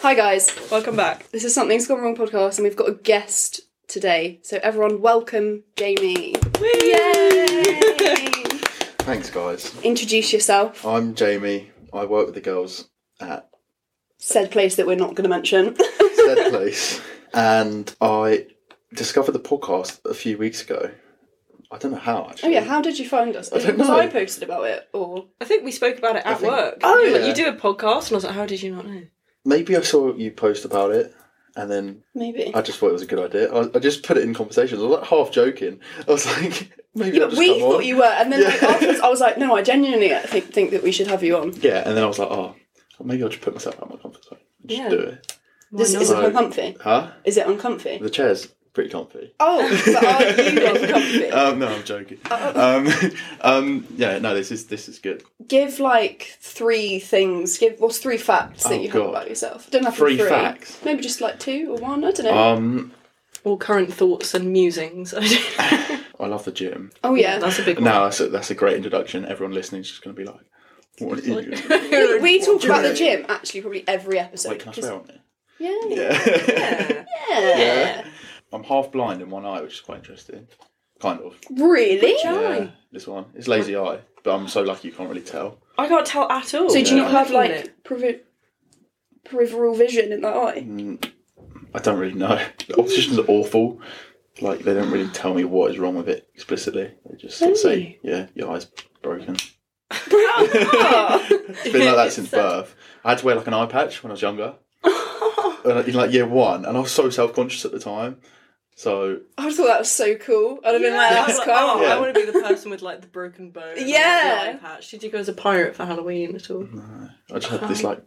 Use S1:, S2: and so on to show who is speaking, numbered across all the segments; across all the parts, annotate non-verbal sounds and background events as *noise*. S1: Hi guys,
S2: Welcome back.
S1: this is Something's Gone Wrong podcast, and we've got a guest today. So everyone, welcome Jamie. Yay!
S3: Thanks, guys.
S1: Introduce yourself.
S3: I'm Jamie. I work with the girls at
S1: Said place that we're not going to mention. *laughs*
S3: said place, and I discovered the podcast a few weeks ago. I don't know how
S1: oh
S3: actually.
S1: yeah, how did you find us?
S3: I don't
S1: Was
S3: know.
S1: I posted about it, or
S2: I think we spoke about it at
S3: think-
S2: work.
S1: Oh,
S2: You were like,
S3: yeah.
S2: you do a podcast, and I was like, how did you not know?
S3: Maybe I saw you post about it, and then
S1: maybe?
S3: I just thought it was a good idea. I, I just put it in conversations. I was like half joking. I was like, *laughs* maybe
S1: yeah,
S3: I'll
S1: but
S3: just
S1: we
S3: come on.
S1: thought you were, and then like,
S3: Yeah.
S1: afterwards I was like, no, I genuinely think think that we should have you on.
S3: Yeah, and then I was like, oh, maybe I'll just put myself out of my comfort zone. and Just
S2: Yeah.
S3: do it.
S1: This is it
S3: not?
S1: uncomfy.
S3: Huh?
S1: Is it uncomfy?
S3: The chair's pretty comfy.
S1: Oh, but are you
S3: *laughs*
S1: uncomfy?
S3: Um, no, I'm joking. Um, *laughs* um, yeah, no, this is this is good.
S1: Give like three things. Give what's three facts that
S3: Oh,
S1: you have
S3: God.
S1: about yourself. Don't have to be
S3: Three
S1: three
S3: facts.
S1: Maybe just like two or one. I don't know.
S3: Um,
S2: All current thoughts and musings. *laughs*
S3: I love the gym.
S1: oh yeah,
S2: That's a big
S3: No, that's a, that's a great introduction. Everyone listening is just going to be like, "What an *laughs* idiot!"
S2: one. *laughs*
S1: we talk about the gym actually probably every episode.
S3: Wait, can I
S1: because-
S3: swear on it?
S1: yeah, yeah,
S3: Yeah.
S2: Yeah.
S3: Yeah. *laughs* I'm half blind in one eye, which is quite interesting. Kind of.
S1: Really?
S3: Yeah, this one. It's lazy eye, but I'm so lucky you can't really tell.
S2: I can't tell at all.
S1: So do you not
S2: I'm
S1: have
S2: looking at it.
S1: like peri- peripheral vision in that eye?
S3: Mm, I don't really know. The opticians are awful. Like they don't really tell me what is wrong with it explicitly. They just sort of say, "Yeah, your eye's *laughs* broken."
S1: *laughs*
S3: It's been like that since birth. I had to wear like an eye patch when I was younger, Uh, in like year one, and I was so self conscious at the time. So
S1: I thought that was so cool. I'd have been like,
S2: Yeah,
S1: that's
S2: *laughs* like,
S1: cool.
S2: oh,
S3: Yeah.
S2: I want to be the person with like the broken bone. and, like,
S1: Yeah.
S2: the eye patch. Did you go as a pirate for Halloween at all?
S3: Mm-hmm. I just had this like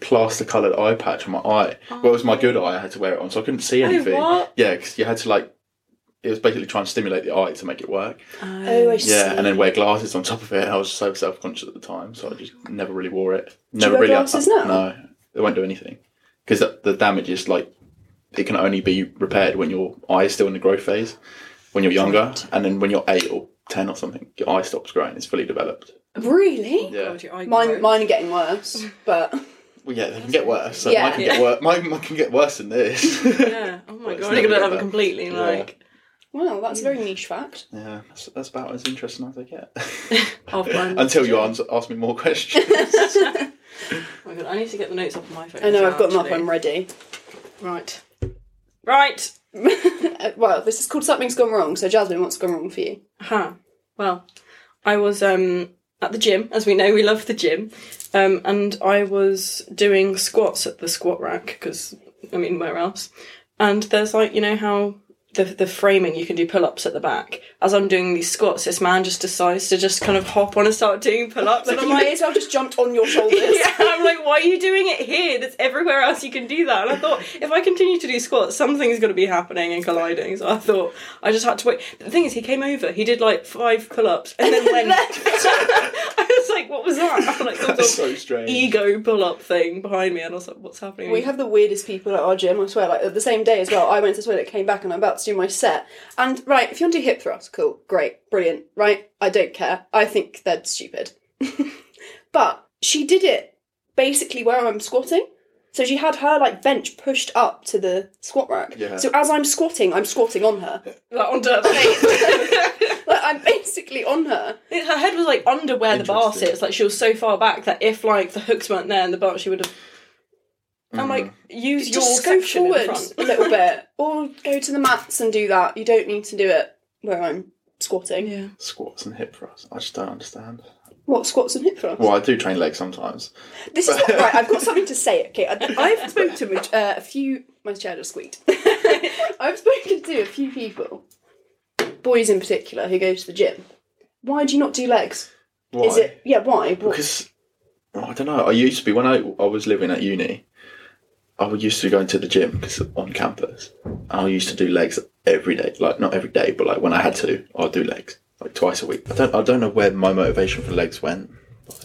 S3: plaster coloured eye patch on my eye. Well, it was
S1: Oh.
S3: my good eye. I had to wear it on, so I couldn't see anything.
S2: what?
S3: Yeah, because you had to like. It was basically trying to stimulate the eye to make it work.
S1: Oh, I see.
S3: Yeah, and then wear glasses on top of it. I was so self conscious at the time, so I just never really wore it.
S1: you
S3: Never
S1: wear
S3: really.
S1: glasses now?
S3: No, it won't do anything because the, the damage is like it can only be repaired when your eye is still in the growth phase, when you're younger, and then when you're eight or ten or something, your eye stops growing. It's fully developed.
S1: really.
S3: Yeah.
S2: God, your eye
S1: Mine,
S2: grows.
S1: mine are getting worse, but
S3: Well, yeah, they can get worse. So
S1: Yeah.
S3: mine can get worse. Mine, mine can get worse than
S1: *laughs*
S3: this.
S2: Yeah. Oh my
S3: it's
S2: god. You're gonna
S3: never gonna
S2: have
S3: get
S2: it
S3: back.
S2: completely
S3: Yeah.
S2: like
S1: wow, that's a very
S2: Mm.
S1: niche fact.
S3: yeah, that's, that's about as interesting as I get.
S1: *laughs*
S2: half blind.
S3: Until you answer, ask me more questions.
S2: Oh my god. I need to get the notes up on my phone.
S1: I know I've got them
S2: my
S1: up. I'm ready.
S2: Right. Right.
S1: Uh, well, this is called something's gone wrong. So Jasmine, what's gone wrong for you?
S2: Huh. Well, I was um, at the gym, as we know, we love the gym, um, and I was doing squats at the squat rack because I mean, where else? And there's like you know how the the framing you can do pull ups at the back. As I'm doing these squats, this man just decides to just kind of hop on and start doing pull ups, and
S1: *laughs*
S2: I'm
S1: You may
S2: like.
S1: as well just jumped on your shoulders.
S2: *laughs* Yeah, I'm like, why are you doing it here? That's everywhere else you can do that. And I thought, if I continue to do squats, something's going to be happening and colliding. So I thought, I just had to wait. But the thing is, he came over. He did like five pull-ups and then went. *laughs* I was like, what was that? *laughs* I was like, some
S3: That's
S2: sort
S3: so
S2: of
S3: strange.
S2: ego pull-up thing behind me, and I was like, what's happening?
S1: We have the weirdest people at our gym, I swear. Like the same day as well, I went to the toilet, came back, and I'm about to do my set. And right, if you want to do hip thrusts, cool, great, brilliant, right? I don't care. I think they're stupid. *laughs* but she did it basically where I'm squatting. So she had her like bench pushed up to the squat rack.
S3: Yeah.
S1: So as I'm squatting, I'm squatting on her.
S2: like *laughs* on dirt plates.
S1: Like I'm basically on her.
S2: Her head was like under where the bar
S3: Interesting.
S2: sits. Like she was so far back that if like the hooks weren't there in the bar, she would have. I'm like, use your
S1: Just go
S2: section in
S1: forward
S2: front.
S1: a little bit, or go to the mats and do that. You don't need to do it where I'm squatting.
S2: Yeah.
S3: Squats and hip thrusts. I just don't understand.
S1: What squats and hip thrusts?
S3: Well, I do train legs sometimes.
S1: This is what, right. I've got something to say. Okay, I- I've spoken to uh, a few. My chair just squeaked. *laughs* I've spoken to a few people, boys in particular, who go to the gym. Why do you not do legs?
S3: Why?
S1: Is it yeah? Why? What-
S3: because oh, I don't know. I used to be when I I was living at uni. I would used to be going to the gym because on campus, and I used to do legs every day. Like not every day, but like when I had to, I'd do legs like twice a week. I don't I don't know where my motivation for legs went.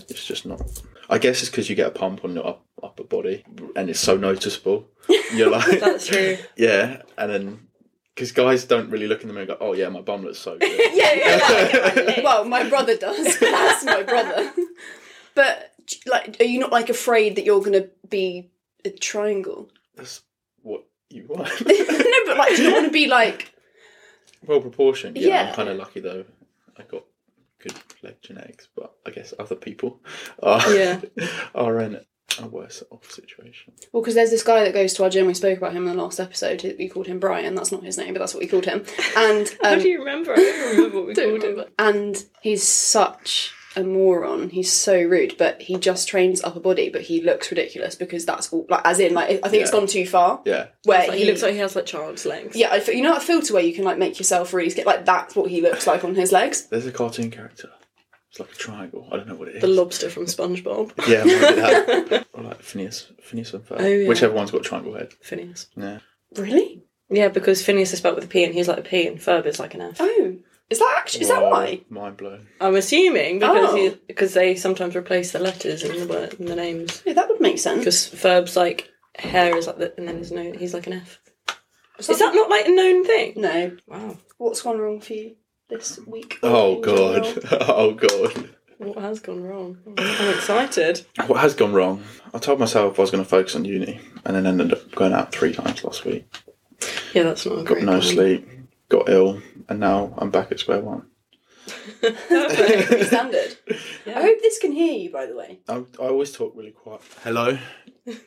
S3: It's just not. I guess it's because you get a pump on your up, upper body, and it's so noticeable. You're
S2: *laughs*
S3: like,
S2: That's true.
S3: *laughs* yeah, and then because guys don't really look in the mirror and go, "Oh yeah, my bum looks so good."
S1: *laughs* yeah, yeah, yeah,
S3: *laughs*
S1: yeah. well, my brother does. *laughs* That's my brother. But like, are you not like afraid that you're gonna be a triangle. *laughs*
S3: That's what you want.
S1: no, but like, do you want to be like?
S3: well proportioned. Yeah,
S1: Yeah.
S3: I'm kind of lucky though. I got good leg genetics, but I guess other people *laughs* are
S2: Yeah.
S3: are in a worse off situation.
S1: Well, because there's this guy that goes to our gym. We spoke about him in the last episode. We called him Brian. That's not his name, but that's what we called him. And
S2: *laughs* How do
S1: um,
S2: you remember? I don't remember what we
S1: don't
S2: called
S1: remember.
S2: it.
S1: and he's such a moron. He's so rude, but he just trains upper body. But he looks ridiculous because that's all. Like, as in, like I think it's
S3: Yeah.
S1: gone too far.
S3: Yeah,
S1: Where
S2: Like, he looks like he has like child's legs.
S1: Yeah, I f- you know that filter where you can like make yourself really skin like that's what he looks like on his legs.
S3: there's a cartoon character. It's like a triangle. I don't know what it is.
S2: The lobster from SpongeBob.
S3: yeah, maybe that. or like Phineas, Phineas and Ferb.
S2: Oh, yeah.
S3: Whichever one's got triangle head.
S2: *laughs* Phineas.
S3: Yeah.
S1: Really?
S2: Yeah, because Phineas is spelled with a P and he's like a P and Ferb is like an F.
S1: Oh, is that actually? Is that
S3: Wow,
S1: why?
S3: Mind blown.
S2: I'm assuming because
S1: Oh.
S2: he, because they sometimes replace the letters in the word, in the names.
S1: Yeah, that would make sense.
S2: Because Ferb's like hair is like the and then his no he's like an F.
S1: Is
S2: Is that not like a known thing?
S1: no?
S2: Wow.
S1: What's gone wrong for you this week?
S3: Oh
S1: In
S3: god.
S1: general?
S3: oh god.
S2: What has gone wrong? I'm excited.
S3: What has gone wrong? I told myself I was going to focus on uni, and then ended up going out three times last week.
S2: Yeah, that's not a
S3: Got
S2: great
S3: no
S2: plan.
S3: sleep, got ill, and now I'm back at square *laughs* one.
S1: Pretty *laughs* standard.
S2: Yeah.
S1: I hope this can hear you. By the way,
S3: I, I always talk really quiet. *laughs* Hello.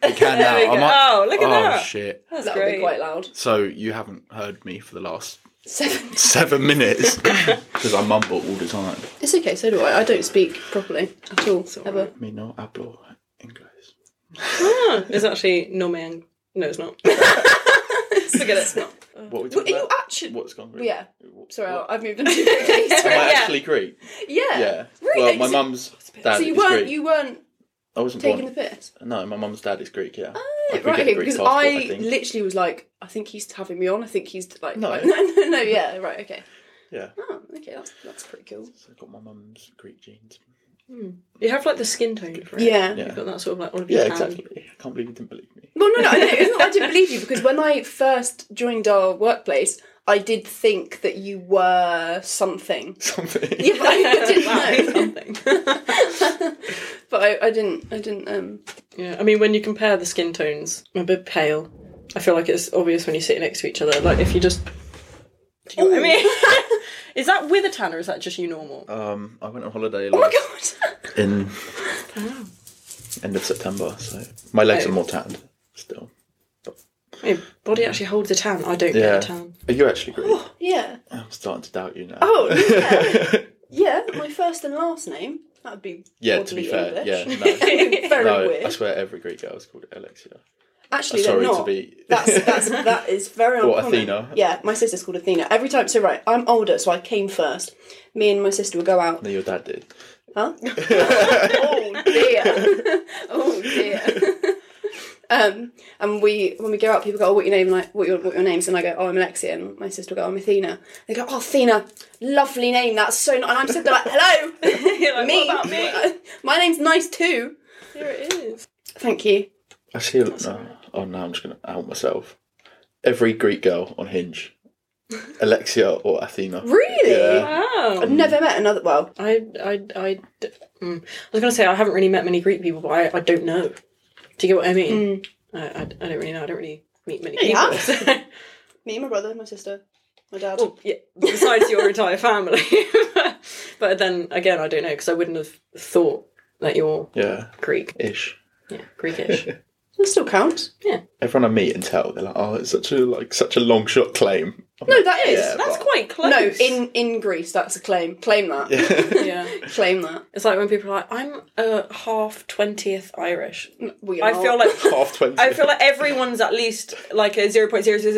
S3: I can now.
S2: There we
S3: I
S2: go.
S3: might-
S2: Oh, look at
S3: oh
S2: that.
S3: shit!
S2: That's
S1: that would
S2: great.
S1: be quite loud.
S3: So you haven't heard me for the last
S1: Seven.
S3: seven *laughs* minutes because I mumble all the time.
S1: *laughs* It's okay. So do I. I don't speak properly at all. ever.
S3: Me no hablo inglés.
S2: Ah, it's actually no man. No, it's not. *laughs* Forget it. It's not.
S3: What
S1: Oh.
S3: are we
S1: Well, are
S3: talking
S1: you
S3: about?
S1: actually?
S3: What's gone? wrong?
S1: Yeah.
S3: What-
S1: Sorry,
S3: what-
S1: I've moved on *laughs* to Greek.
S3: Am I
S1: Sorry.
S2: Yeah.
S3: actually Greek?
S1: Yeah.
S3: Yeah.
S1: Really?
S3: Well, my
S1: So-
S3: mum's dad
S1: So you
S3: is
S1: weren't
S3: Greek.
S1: you weren't
S3: I wasn't born.
S1: taking the piss.
S3: No, my mum's dad is Greek. Yeah.
S1: Oh,
S3: Like, we
S1: right,
S3: get
S1: okay,
S3: a Greek
S1: because
S3: passport,
S1: I,
S3: I think.
S1: literally was like, I think he's having me on. I think he's like,
S3: No.
S1: no, *laughs* no, no, no, yeah, right, okay.
S3: Yeah.
S1: Oh, okay, that's, that's pretty cool.
S3: So I've got my mum's Greek genes.
S2: You have like the skin tone for it.
S1: Yeah.
S3: Yeah.
S2: You've got that sort of like all of your
S3: Yeah,
S2: tan.
S3: exactly. I can't believe you didn't believe *laughs* me.
S1: Well, no, no, I know, it's not that I
S3: *laughs*
S1: didn't believe you because when I first joined our workplace, I did think that you were something.
S3: Something.
S1: *laughs* Yeah, but I didn't
S2: *laughs* Wow,
S1: know.
S2: something.
S1: but I, I didn't, I didn't, um,
S2: yeah, I mean, when you compare the skin tones, I'm a bit pale. I feel like it's obvious when you sit next to each other. Like if you just, do you know what
S1: *laughs*
S2: I mean? *laughs* is that with a tan or is that just you normal?
S3: Um, I went on holiday
S1: oh my
S3: last-
S1: god!
S3: in end of September, so my legs are more tanned still.
S1: Oh.
S2: Your body actually holds a tan. I don't
S3: Yeah.
S2: get a tan. *laughs*
S3: Are you actually Greek?
S1: *laughs* yeah.
S3: I'm starting to doubt you now.
S1: Oh, *laughs* yeah. yeah, my first and last name. That would be
S3: yeah, to be
S1: oddly
S3: fair,
S1: English. *laughs*
S3: yeah,
S1: Very
S3: no, no.
S1: weird.
S3: I swear every Greek girl is called Alexia.
S1: Actually, they're
S3: Sorry
S1: not.
S3: to be.
S1: That's
S3: *laughs*
S1: that's that is very
S3: Or
S1: uncommon.
S3: Athena.
S1: Yeah, my sister's called Athena. Every time, so right, I'm older, so I came first. Me and my sister would go out.
S3: No, your dad did.
S1: Huh? oh dear. *laughs* oh dear. um, and we when we go out, people go, "Oh, what your name? Like, what your what your names?" And I go, "Oh, I'm Alexia." And my sister will go, "I'm Athena." They go, "Oh, Athena, lovely name. That's so." nice. And I'm sitting there like, "Hello,
S2: You're like,
S1: me.
S2: What about *laughs* me?
S1: *laughs* my name's nice too."
S2: Here it is.
S1: Thank you.
S3: I see. A, no. Oh no, I'm just gonna out myself. Every Greek girl on Hinge, Alexia or Athena.
S1: Really?
S3: Yeah.
S2: Wow.
S1: I've never met another. Well,
S2: I, I, I, d- mm. I was going to say I haven't really met many Greek people, but I, I don't know. Do you get what I mean? I, I, I don't really know. I don't really meet many
S1: you
S2: people.
S1: have.
S2: so- *laughs*
S1: me and my brother, my sister, my dad.
S2: well, yeah, besides your entire family. *laughs* but then again, I don't know because I wouldn't have thought that you're
S3: Yeah.
S2: Greek.
S3: Ish.
S2: Yeah, Greekish.
S1: That still counts.
S3: Everyone I meet and tell, they're like, "Oh, it's such a like such a long shot claim."
S2: *laughs*
S3: I'm
S1: No,
S3: like,
S1: that is.
S3: Yeah,
S2: That's
S3: but-
S2: quite close.
S1: No, in in Greece, that's a claim. Claim that.
S2: *laughs* yeah.
S1: Claim that.
S2: It's like when people are like, "I'm a half twentieth Irish."
S1: We
S2: I
S1: are-
S2: feel like
S3: *laughs* half twenty.
S2: I feel like everyone's at least like a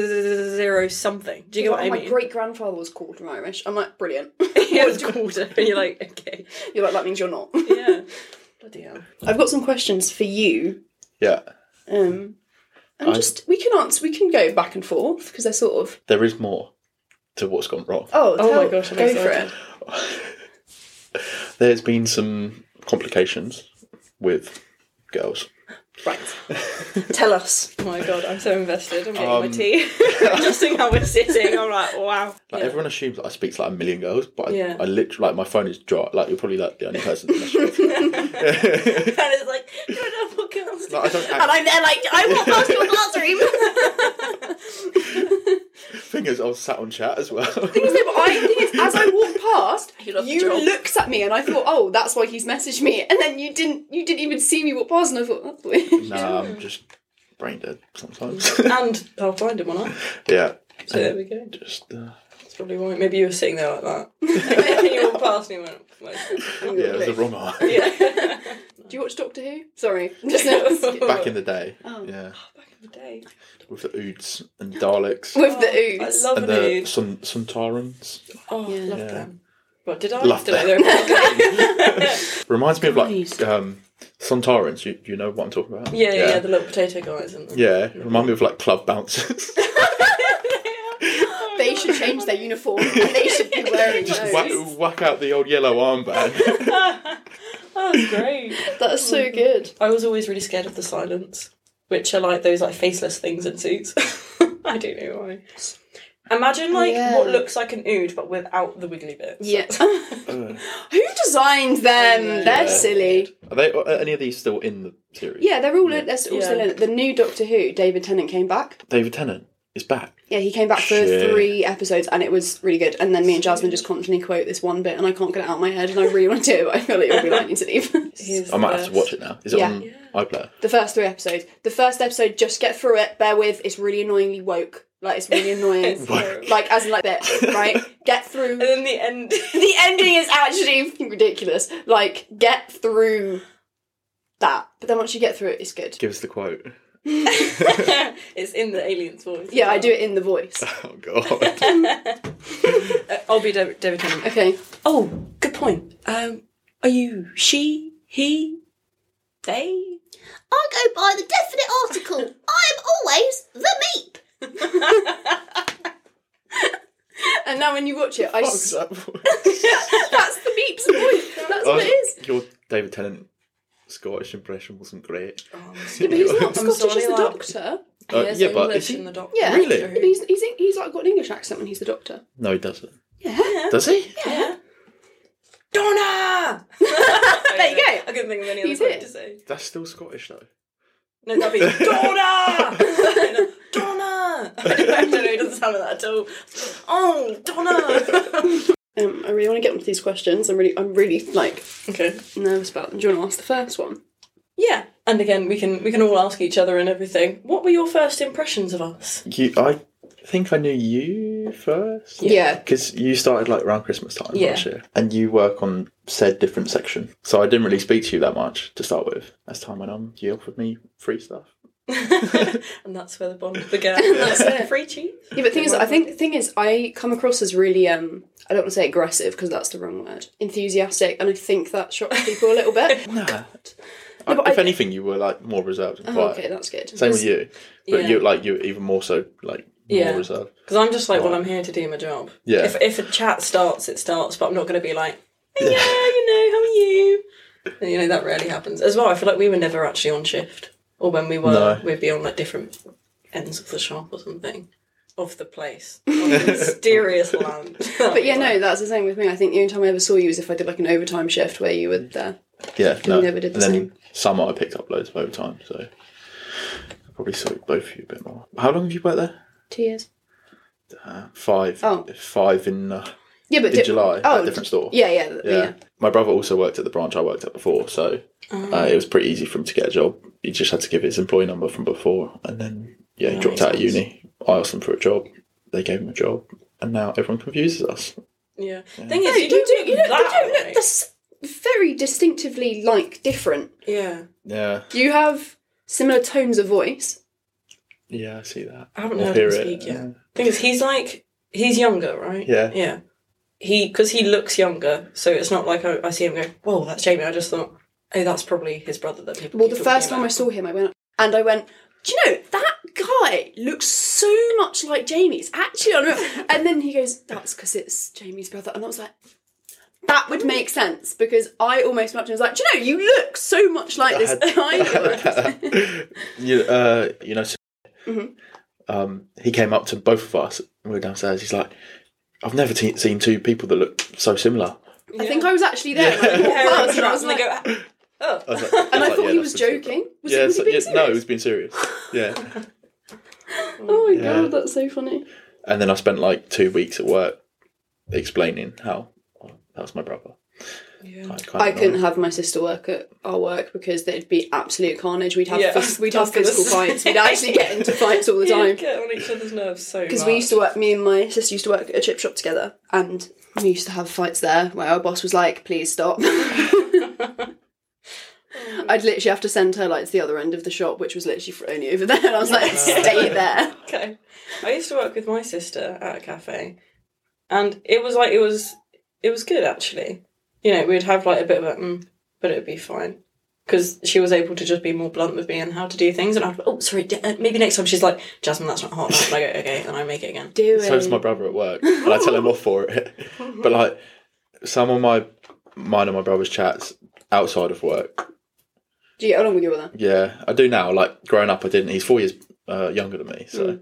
S2: 0.000 something. Do you get what I
S1: Oh my
S2: mean?
S1: great grandfather was called an Irish. I'm like, brilliant.
S2: *laughs*
S1: *laughs*
S2: Yeah, it's quarter, and you're like, okay,
S1: You're like, that means you're not.
S2: yeah, bloody hell.
S1: I've got some questions for you.
S3: yeah.
S1: Um, and
S3: I-
S1: just we can answer. We can go back and forth because they're sort of.
S3: There is more to what's gone wrong.
S1: Oh,
S2: Oh my
S1: tell-
S2: gosh, I'm
S1: go for
S2: excited.
S1: it.
S3: There's been some complications with girls.
S1: Right. Tell us.
S2: *laughs* Oh my god, I'm so invested. I'm getting my
S3: Um, *laughs*
S2: tea. *laughs* Just seeing how we're sitting. I'm like, wow.
S3: Like
S2: Yeah.
S3: everyone assumes that I speak to like a million girls, but I,
S2: Yeah.
S3: I literally like my phone is dry. Like you're probably like the only person. in
S2: *laughs*
S3: the
S2: *laughs*
S3: shop.
S2: and it's like, I don't know what girls.
S3: like, I don't
S2: *laughs* and
S3: act
S2: I'm there like, I want past your
S3: *laughs*
S1: *laughs*
S2: classroom.
S3: fingers. I was sat on chat as well.
S1: No, but I think it's as I walked
S2: *laughs*
S1: past,
S2: You love the
S1: you
S2: job.
S1: looked at me and I thought, oh, that's why he's messaged me. And then you didn't, you didn't even see me walk past, and I thought that's weird.
S3: *laughs* nah, I'm just brain dead sometimes.
S2: and I'll find him on
S3: *laughs* yeah,
S2: So there we go.
S3: just uh,
S2: That's probably why. Maybe you were sitting there like that.
S3: *laughs*
S2: *laughs* and you walked past me and went, like,
S3: yeah, it was the wrong eye.
S2: yeah.
S1: Do you watch Doctor Who? Sorry, *laughs* I'm
S2: *laughs*
S1: just
S2: No.
S3: *laughs* Back in the day,
S1: Oh.
S3: yeah,
S2: Back in the day.
S3: with the Oods and Daleks
S1: *laughs* with the
S2: Oh,
S1: ooze.
S2: I love
S3: and
S2: an
S3: the
S2: ood.
S3: Sun Suntarans.
S2: Oh,
S1: Yeah.
S2: love
S3: Yeah.
S2: them. But did I?
S3: Love
S2: did I?
S3: them.
S2: *laughs* They're-
S3: Reminds me of
S1: Guys.
S3: like um, Suntarans. You you know what I'm talking about?
S2: yeah, yeah, yeah,
S3: yeah.
S2: the little potato guys. And *laughs*
S3: Yeah, remind me of like club bouncers. *laughs*
S1: They should
S2: Oh
S1: change their uniform and they should
S3: *laughs*
S1: be wearing
S3: Just
S1: those.
S3: whack, whack out the old yellow armband.
S2: *laughs*
S1: *laughs* Oh,
S2: That's great.
S1: That's so good.
S2: I was always really scared of the silence, which are like those like faceless things in suits. *laughs* I don't know why. Imagine like
S1: Oh, Yeah.
S2: what looks like an ood but without the wiggly bits.
S1: Yeah.
S3: Uh,
S1: *laughs* Who designed them?
S2: Yeah.
S1: They're silly.
S3: Are they are any of these still in the series?
S1: Yeah, they're all, they're all still
S2: Yeah.
S1: in it. The new Doctor Who, David Tennant, came back.
S3: David Tennant is back.
S1: Yeah, he came back for
S3: Shit.
S1: three episodes and it was really good. And then me and Jasmine just constantly quote this one bit and I can't get it out of my head and I really want to do it, but I feel like you'll be like, I need to
S2: *laughs*
S1: leave.
S2: Here's
S3: I might
S2: the
S3: have to
S2: best.
S3: watch it now. Is it
S1: Yeah.
S3: on
S2: Yeah.
S3: iPlayer?
S1: *laughs* the first three episodes. The first episode, just get through it, bear with, it's really annoyingly woke. Like, it's really annoying.
S2: *laughs* It's terrible.
S1: like, as in, like, that, right? Get
S2: *laughs*
S1: through.
S2: and then the end.
S1: the ending is actually fucking ridiculous. Like, get through that. But then once you get through it, it's good.
S3: Give us
S2: *laughs*
S3: the quote.
S2: it's in the alien's voice.
S1: Yeah, I do it in the voice.
S3: Oh
S2: *laughs*
S3: god.
S2: Uh, I'll be David, David Tennant.
S1: Okay.
S2: Oh, good point. Um, are you she, he, they?
S4: I go by the definite article. I am always the meep.
S1: And now when you watch it, I. S-
S3: Fuck's up.
S2: *laughs*
S1: that's the meeps voice. That's what it is.
S3: Uh, Your David Tennant Scottish impression wasn't great.
S1: Yeah, but he's not
S2: I'm
S1: Scottish. He's
S2: sorry,
S1: the
S2: lad.
S1: doctor.
S3: Uh,
S2: Oh, Yes,
S3: yeah, but
S2: English
S3: is he-
S2: in the doc.
S1: Yeah.
S3: Really?
S1: But he's he's he's like got an English accent when he's the doctor.
S3: No, he doesn't.
S1: Yeah.
S3: Does he?
S2: Yeah.
S1: *laughs*
S2: Donna. there
S1: you go.
S2: I couldn't think of any
S1: He's
S2: other
S1: it.
S2: word to say.
S3: That's still Scottish though.
S2: No, that'd be
S1: *laughs*
S2: Donna. Donna. *laughs* I don't know. It doesn't sound like that at all. Oh,
S1: *laughs*
S2: Donna.
S1: Um, I really want to get onto these questions. I'm really I'm really like
S2: okay.
S1: nervous about them. Do you want to ask the first one?
S2: Yeah. And again, we can we can all ask each other and everything. What were your first impressions of us?
S3: You, I think I knew you first.
S1: Yeah.
S3: Because you started like around Christmas time
S2: Yeah.
S3: last year, and you work on said different section. So I didn't really speak to you that much to start with. As time went on, you offered me free stuff.
S2: and that's where the bond began.
S1: That's it.
S2: Free cheese.
S1: Yeah, but the thing is, I think the thing is, I come across as really um, I don't want to say aggressive because that's the wrong word, enthusiastic, and I think that *laughs* shocks people a little bit.
S3: Nah.
S1: No, but
S3: if
S1: I-
S3: anything, you were like more reserved and
S1: Oh,
S3: quiet.
S1: okay, that's good.
S3: Same with you, but
S2: Yeah.
S3: you like you were even more so like more
S2: Yeah.
S3: reserved.
S2: Because I'm just like, well, I'm here to do my job.
S3: Yeah.
S2: If, if a chat starts, it starts, but I'm not going to be like, hey, yeah, you know, how are you? And, you know, that rarely happens. As well, I feel like we were never actually on shift. Or when we were,
S3: No.
S2: we'd be on like different ends of the shop or something. Of the
S3: *laughs*
S2: place. On the mysterious land.
S1: But
S2: *laughs*
S1: yeah, no, that's the same with me. I think the only time I ever saw you was if I did like an overtime shift where you were
S3: Mm.
S1: there.
S3: Yeah, no.
S1: never did the
S3: and then
S1: same.
S3: summer, I picked up loads of overtime, so I probably saw both of you a bit more. How long have you worked there?
S1: Two years.
S3: Uh, five.
S1: Oh.
S3: Five in uh,
S1: Yeah, but
S3: in
S1: di-
S3: July at
S1: Oh,
S3: a different store.
S1: Yeah, yeah, th-
S3: yeah.
S1: yeah.
S3: My brother also worked at the branch I worked at before, so
S1: Ah.
S3: uh, it was pretty easy for him to get a job. He just had to give his employee number from before, and then yeah, he
S2: That
S3: dropped
S2: makes
S3: out of
S2: sense.
S3: uni. I asked him for a job. They gave him a job, and now everyone confuses us.
S2: Yeah. Thing is,
S1: No,
S2: you,
S1: you
S2: don't,
S1: do. You
S2: look
S1: don't, you
S2: that
S1: don't
S2: way.
S1: look this very distinctively like different.
S2: Yeah.
S3: Yeah,
S1: You have similar tones of voice.
S3: yeah, I see that.
S2: I haven't
S3: Or
S2: heard
S3: hear
S2: him
S3: it,
S2: speak yet.
S3: yeah.
S2: Thing is, he's like he's younger, right?
S3: Yeah.
S2: Yeah. He because he looks younger, so it's not like I, I see him going, "Whoa, that's Jamie." I just thought, "Oh, that's probably his brother." That people.
S1: Well, the
S2: keep
S1: first time
S2: talking
S1: I saw him, I went up and I went, Do you know, that guy looks so much
S3: *laughs*
S1: like Jamie. It's actually unreal. and then he goes, That's because it's Jamie's brother. And I was like, that would
S3: Mm.
S1: make sense because I almost matched. I was like, "Do you know, you look so much like this
S3: *laughs*
S1: idol."
S3: you, uh, you know, so-
S1: Mm-hmm.
S3: um, he came up to both of us. We were downstairs. He's like, "I've never te- seen two people that look so similar."
S1: I think I was actually there. and I walked
S2: *laughs* Hair
S3: *laughs*
S1: past
S2: and
S1: and I was
S2: they
S1: like-
S2: go, oh.
S3: I was like- I
S1: and I thought
S3: was like, "Yeah,
S1: he
S3: that's
S1: was
S3: for sure."
S1: joking. Was
S3: yeah,
S1: he, was
S3: so-
S1: he being
S3: yeah, no, he
S1: serious?
S3: was being serious.
S1: *laughs*
S3: Yeah.
S1: Oh my
S3: Yeah.
S1: god, that's so funny.
S3: And then I spent like two weeks at work explaining how oh, that was my brother.
S2: Yeah.
S3: Like,
S1: I
S3: kinda
S1: couldn't have my sister work at our work because there'd be absolute carnage. We'd have
S2: Yeah,
S1: fis- we'd
S2: I was
S1: have
S2: gonna
S1: physical
S2: say.
S1: fights.
S3: *laughs*
S1: We'd actually get into fights all the
S2: You
S1: time.
S2: get on each other's
S1: *laughs*
S2: nerves so
S1: Because we used to work, me and my sister used to work at a chip shop together, and we used to have fights there where our boss was like, "Please stop." *laughs* I'd literally have to send her like to the other end of the shop, which was literally for only over there, and I was like, "Stay there."
S2: Okay. I used to work with my sister at a cafe, and it was like it was it was good actually. You know, we'd have like a bit of a, mm, but it'd be fine because she was able to just be more blunt with me and how to do things. And I'd be like, oh, sorry, d- uh, maybe next time. She's like, Jasmine, that's not hot. enough." And I go, okay, and I make it again.
S1: Doing.
S3: So does my brother at work, and I tell him off for it. *laughs* but like some of my mine and my brother's chats outside of work,
S1: Gee, how long were you with her?
S3: yeah, I do now. Like growing up, I didn't. He's four years uh, younger than me, so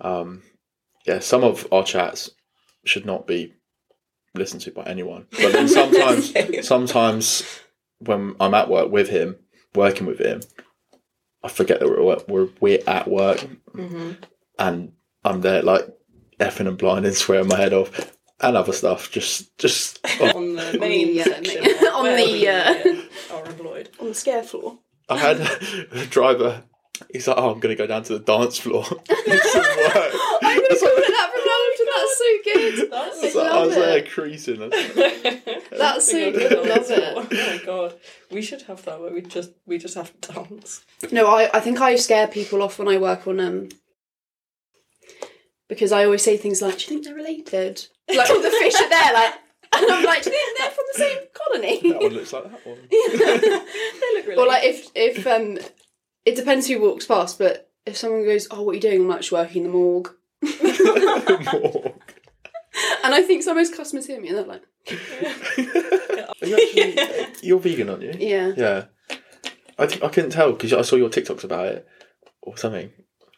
S3: um, yeah, some of our chats should not be listened to by anyone. But then sometimes, sometimes when I'm at work with him, working with him, I forget that we're at work- we're, we're at work
S1: Mm-hmm.
S2: hmm
S3: and I'm there like effing and blinding, swearing my head off, and other stuff. Just, just oh,
S2: On the main
S1: the, uh,
S2: section,
S1: main- *laughs* on
S2: where
S1: the,
S2: we,
S1: uh,
S2: are employed.
S1: On the scare floor. *laughs*
S3: I had a driver. He's like, oh, I'm gonna go down to the dance floor. *laughs* It's
S1: *laughs*
S3: work. *laughs*
S1: I'm gonna call it that from now on. That's so good.
S2: That's *laughs*
S3: So I
S1: Love
S3: was there
S1: it.
S3: creasing.
S1: That's so good. I love it.
S2: Oh my god, we should have that where we just we just have to dance.
S1: No, I, I think I scare people off when I work on um because I always say things like, Do you think they're related? Like all the fish are there, like *laughs* and I'm like, Do you think they're from the same colony?
S3: That one looks like that one.
S2: They look
S1: *laughs*
S2: really
S1: Or like if if um it depends who walks past, but if someone goes, Oh, what are you doing? I'm like, "Just working in the morgue.
S3: *laughs* More.
S1: *laughs* And I think sometimes customers hear me and they're like,
S3: Are you actually, you're vegan, aren't you?
S1: Yeah.
S3: Yeah. I, d- I couldn't tell because I saw your TikToks about it or something.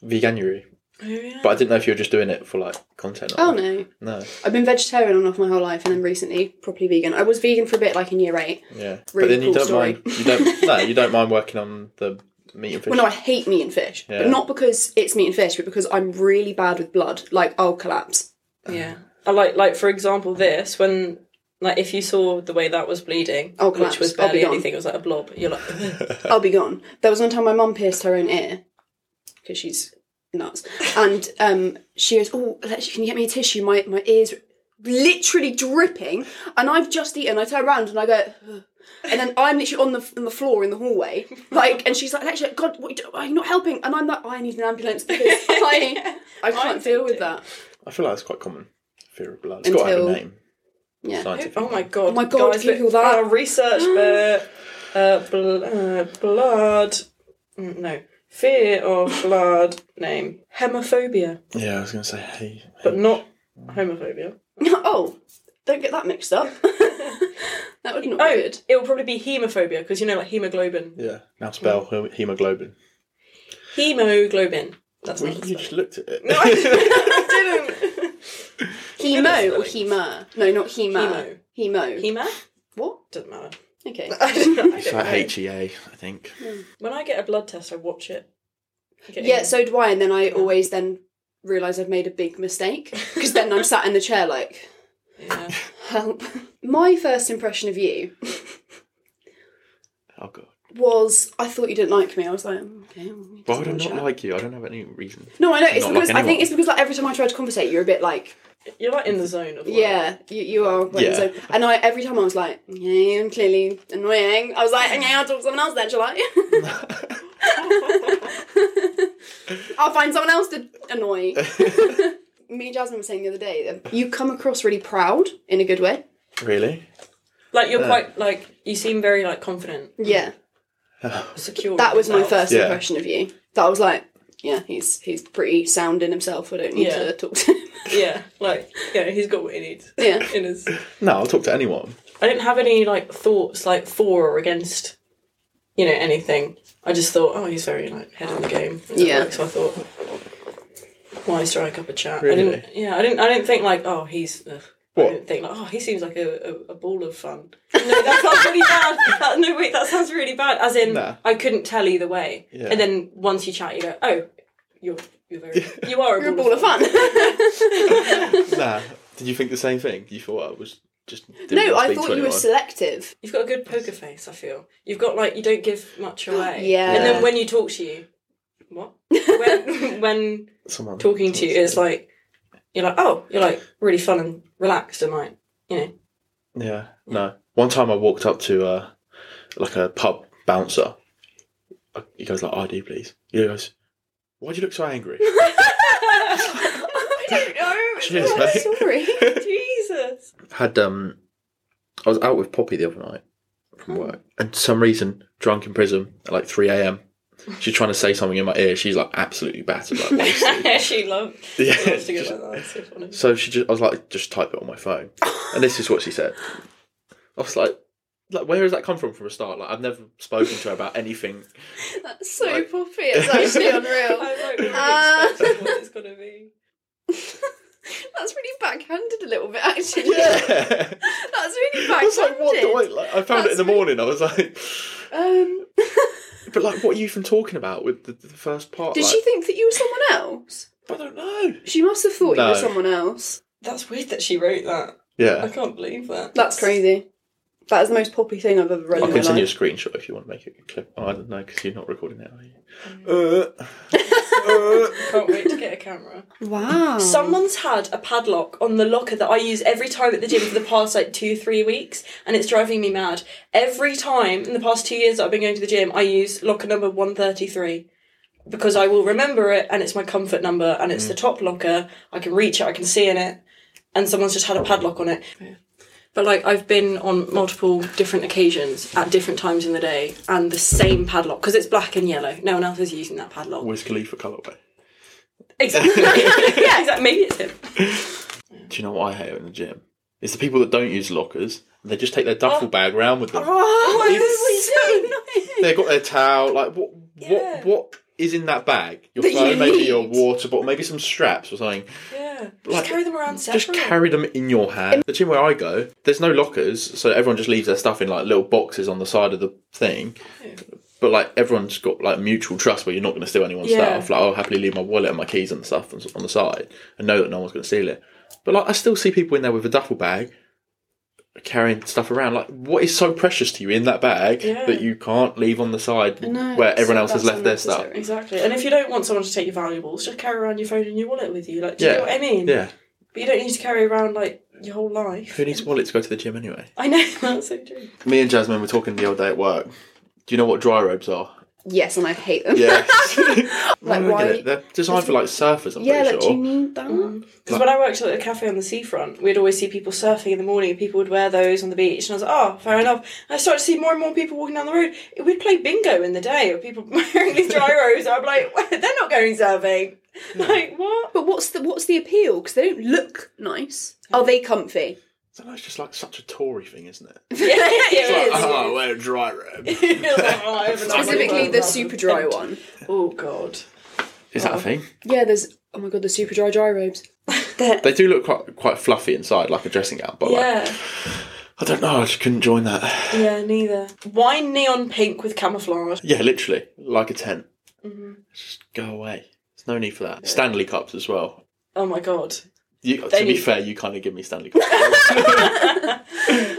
S3: Veganuary.
S2: Oh, yeah.
S3: But I didn't know if you were just doing it for like content or
S1: Oh no.
S3: No.
S1: I've been vegetarian on and off my whole life and then recently properly vegan. I was vegan for a bit like in year eight.
S3: Yeah.
S1: Really
S3: but then you
S1: cool
S3: don't
S1: story.
S3: mind you
S1: *laughs*
S3: don't no, you don't mind working on the meat and fish.
S1: Well, no, I hate meat and fish,
S3: Yeah.
S1: but not because it's meat and fish, but because I'm really bad with blood. Like I'll collapse.
S2: yeah, I Uh, like like for example this when like if you saw the way that was bleeding,
S1: Oh, collapse.
S2: which was
S1: I'll be
S2: barely
S1: gone.
S2: anything, it was like a blob. You're like, *laughs*
S1: I'll be gone. There was one time my mum pierced her own ear because she's nuts, and um, she goes, "Oh, Alexia, can you get me a tissue? My my ears." Literally dripping, and I've just eaten. I turn around and I go, "Ugh." and then I'm literally on the on the floor in the hallway, like. And she's like, "Alexia, God, what are you, do- are you not helping?" And I'm like, "I need an ambulance because I I can't deal with that."
S3: I feel like it's quite common. Fear of blood. It's got to have a
S1: Until-
S3: name.
S1: Yeah.
S3: Scientific.
S2: oh my god,
S1: my God,
S2: guys,
S1: Google
S2: look,
S1: that. *gasps*
S2: our research bit, uh, bl- uh, blood, mm, no fear of blood name hemophobia,
S3: Yeah, I was gonna say hey.
S2: but not homophobia.
S1: *laughs* oh, don't get that mixed up. *laughs* that would not be
S2: Oh,
S1: good.
S2: it will probably be hemophobia because you know like hemoglobin,
S3: Yeah. Now spell
S1: Mm.
S3: hem- hemoglobin.
S2: hemoglobin. That's
S3: Well,
S2: not the
S3: you
S2: *laughs* spelling.
S3: just looked at it. *laughs*
S2: No, I
S1: *laughs*
S2: didn't.
S1: Hemo or hema? No, not hema. Hemo.
S2: Hemo. Hema
S1: What?
S2: doesn't matter.
S1: Okay.
S2: I don't know.
S3: It's like H E A, I think.
S2: When I get a blood test, I watch it. Get
S1: *laughs* yeah,
S2: in.
S1: so do I, and then I always then realise I've made a big mistake because then I'm sat in the chair like,
S2: Yeah.
S1: help. My first impression of you
S3: Oh god.
S1: was I thought you didn't like me. I was like, "Mm, okay. well, we
S3: Why
S1: just
S3: would I
S1: wanna
S3: not
S1: chat."
S3: like you? I don't have
S1: *laughs*
S3: any reason. *laughs*
S1: No, I know. It's
S3: not
S1: because
S3: like
S1: I think
S3: anyone?
S1: it's because like every time I tried to conversate, you're a bit like,
S2: You're like in the zone of like,
S1: yeah, you, you are. like,
S3: Yeah.
S1: So, and I every time I was like, yeah, I'm clearly annoying. I was
S3: Mm.
S1: like, okay, I'll talk to someone else then, shall I?
S3: *laughs*
S1: I'll find someone else to
S3: *laughs*
S1: annoy. Me and Jasmine were saying the other day, um, you come across really proud in a good way.
S3: really?
S2: Like you're quite like you seem very like confident,
S1: Yeah,
S2: secure.
S1: that was my
S2: yourself.
S1: first
S3: Mm. Yeah.
S1: impression of you. That I was like, yeah, he's he's pretty sound in himself. I don't need
S2: Yeah.
S1: to talk to him.
S2: Yeah, like yeah, he's got what he needs.
S1: Yeah.
S2: *laughs* in his.
S3: No, I'll talk to anyone.
S2: I didn't have any like thoughts like for or against, you know, anything. I just thought, oh, he's very like head on the game. and that
S1: Yeah.
S2: works. So I thought, why strike up a chat?
S3: Really?
S2: I didn't. Yeah, I didn't. I didn't think like, oh, he's. Ugh. I
S3: What?
S2: didn't think like, oh, he seems like a, a, a ball of fun. No, that sounds
S1: *laughs*
S2: really bad. That- no, wait, that sounds really bad. As in,
S3: Nah.
S2: I couldn't tell either way.
S3: Yeah.
S2: And then once you chat, you go, oh, you're you're
S3: *laughs*
S2: very you are a
S1: You're a
S2: ball, of fun. *laughs*
S1: *laughs*
S3: nah. Did you think the same thing? You thought I was just. didn't
S1: no,
S3: want to
S1: I
S3: speak to
S1: thought you were
S3: anyone? *laughs*
S1: selective.
S2: You've got a good poker face, I feel. You've got like you don't give *gasps* much away.
S1: Yeah.
S2: And then when you talk to you, what? *laughs* When when
S3: Someone
S2: talking to you is like you're like, oh, you're like really fun and relaxed and *laughs* like, you know.
S3: Yeah,
S2: Mm.
S3: no. One time I walked up to uh, like a pub bouncer. He goes like, "ID, please." He goes, "Why do you look
S2: *laughs*
S3: so angry?"
S1: I don't know.
S3: Cheers, mate.
S1: Sorry.
S2: *laughs* Jesus.
S3: Had um, I was out with Poppy the other night
S2: Oh.
S3: from work, and for some reason, drunk in prison at like
S2: *laughs*
S3: three a.m. She's trying to say something in my ear. She's like absolutely battered,
S2: *laughs*
S3: like wasted.
S2: she loved
S3: yeah.
S2: loves to
S3: *laughs*
S2: get
S3: just-
S2: like that. It's so funny.
S3: So she just, I was like, just type it on my phone, and this is what she said. I was like, like, where has that come from from a start? Like, I've never spoken to her
S2: *laughs*
S3: about anything
S1: That's so
S3: Right.
S1: poppy. It's
S3: *laughs*
S1: actually unreal.
S2: *laughs* I won't really
S1: Uh.
S2: expect what it's gonna be.
S1: *laughs* That's really backhanded a little bit, actually.
S3: *laughs* Yeah.
S1: *laughs* That's really
S3: I was like, what do
S1: backhanded.
S3: I like? I found it in the morning. I was like, *laughs*
S1: Um,
S3: but like, what are you even talking about with the, the first part?
S1: did
S3: like,
S1: she think that you were someone else?
S3: I don't know.
S1: She must have thought you
S3: No.
S1: were someone else.
S2: That's weird that she wrote that. I
S3: Yeah,
S2: can't believe that.
S1: That's crazy. That is the most poppy thing I've ever read
S3: I'll
S1: in my
S3: continue a
S1: life.
S3: screenshot if you want to make it a clip. Oh, I don't know because you're not recording it, are you? Uh,
S1: *laughs*
S2: Can't wait to get a camera.
S1: Wow.
S2: Someone's had a padlock on the locker that I use every time at the gym for the past like two, three weeks, and it's driving me mad. Every time in the past two years that I've been going to the gym, I use locker number 133 because I will remember it and it's my comfort number and it's the top locker. I can reach it, I can see in it, and someone's just had a padlock on it. But like I've been on multiple different occasions at different times in the day and the same padlock because it's black and yellow. No one else is using that
S3: *laughs*
S2: padlock.
S3: Wiz Khalifa colorway.
S2: Exactly. *laughs* yeah, exactly. Maybe it's him.
S3: Do you know what I hate in the gym? It's the people that don't use lockers. They just take their duffel bag around with them.
S2: Oh,
S1: It's so
S3: They've got their towel. Like what?
S2: Yeah.
S3: What? What is in that bag? Your
S1: That you
S3: phone, maybe
S1: need.
S3: your water bottle, maybe some straps or something.
S2: *laughs* Yeah.
S3: Like,
S2: just carry them around separate.
S3: just carry them in your hand. The gym where I go, there's no lockers, so everyone just leaves their stuff in like little boxes on the side of the thing. But like everyone's got like mutual trust where you're not going to steal anyone's
S2: Yeah.
S3: stuff. Like I'll happily leave my wallet and my keys and stuff on, on the side and know that no one's going to steal it. But like I still see people in there with a duffel bag carrying stuff around. Like what is so precious to you in that bag
S2: Yeah.
S3: that you can't leave on the side
S1: know,
S3: where
S1: it's-
S3: everyone else has
S1: that's
S3: left their stuff?
S1: unnecessary.
S2: Exactly. And if you don't want someone to take your valuables, just carry around your phone and your wallet with you. Like, do you
S3: Yeah.
S2: know what I mean?
S3: Yeah.
S2: But you don't need to carry around like your whole life. *laughs*
S3: Who needs a wallet to go to the gym anyway?
S2: I know *laughs* that's so true.
S3: Me and Jasmine were talking the other day at work. Do you know what dry robes are?
S1: Yes, and I hate *laughs*
S3: *laughs*
S1: them.
S3: Yes.
S1: Like,
S3: Look at
S1: why-
S3: it. They're designed for like surfers, I'm
S1: Yeah,
S3: pretty
S1: like, do
S3: sure.
S1: you need that?
S2: Because when I worked at a cafe on the seafront, we'd always see people surfing in the morning and people would wear those on the beach. And I was like, oh, fair enough. And I started to see more and more people walking down the road. We'd play bingo in the day with people *laughs* wearing these dry robes. I'm like, *laughs* they're not going surfing. Like, what? *laughs*
S3: *laughs*
S1: But what's the what's the appeal? Because they don't look nice. Are they comfy?
S3: I don't know, it's just like such a Tory thing, isn't it?
S2: Yeah, it is.
S3: *laughs* oh, I wear a dry robe.
S1: Specifically, the super dry one.
S2: Oh
S1: *laughs*
S2: god.
S3: Is that a thing?
S1: Yeah, there's oh my god, the super dry dry robes. They're-
S3: They do look quite quite fluffy inside, like a dressing gown, but like,
S2: Yeah,
S3: I don't know, I just couldn't join that. *sighs*
S2: yeah, neither. Why neon pink with camouflage?
S3: Yeah, literally, like a tent.
S1: Mm-hmm.
S3: Just go away. There's no need for that. Stanley Cups as well.
S2: Oh my god.
S3: You, to
S2: They
S3: be
S2: need-
S3: fair, you kind of give me
S1: *laughs*
S3: Stanley Cups.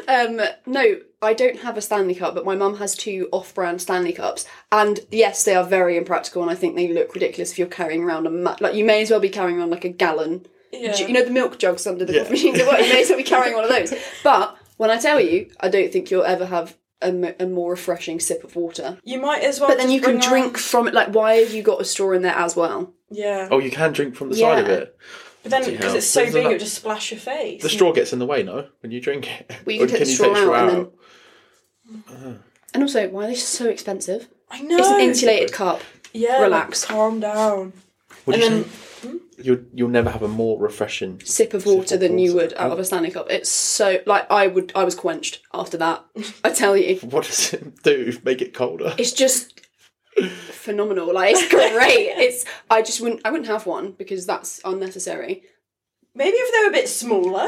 S1: Um, no, I don't have a Stanley Cup, but my mum has two off-brand Stanley Cups, and yes, they are very impractical, and I think they look ridiculous if you're carrying around a ma- like you may as well be carrying around like a gallon.
S2: Yeah.
S1: You know the milk jugs under the
S3: Yeah.
S1: coffee machines at work. You may as well be carrying one of those. But when I tell you, I don't think you'll ever have a, mo- a more refreshing sip of water.
S2: You might as well.
S1: But then
S2: just
S1: you can
S2: bring around-
S1: drink from it. Like, why have you got a straw in there as well?
S2: Yeah.
S3: oh, you can drink from the side of
S1: Yeah.
S3: it.
S2: but then
S3: bloody
S2: because
S3: hell.
S2: it's so
S3: There's
S2: big,
S3: a lot-
S2: it'll just splash your face.
S3: The straw gets in the way, no? When you drink it.
S1: Well, you
S3: Or
S1: can take the straw out, and then. And also, why are they so expensive?
S2: I know.
S1: It's an insulated cup.
S2: yeah,
S1: relax.
S2: Like, calm down.
S3: What
S2: and
S3: do you
S2: then
S3: say?
S1: hmm?
S3: You'll you'll never have a more refreshing.
S1: Sip of water
S3: Sip of
S1: than you
S3: water.
S1: would out of a Stanley cup. It's so like I would. I was quenched after that. *laughs* I tell you,
S3: What does it do? Make it colder.
S1: it's just phenomenal. Like it's great. It's I just wouldn't. I wouldn't have one because that's unnecessary. *laughs*
S2: maybe if they were a bit smaller,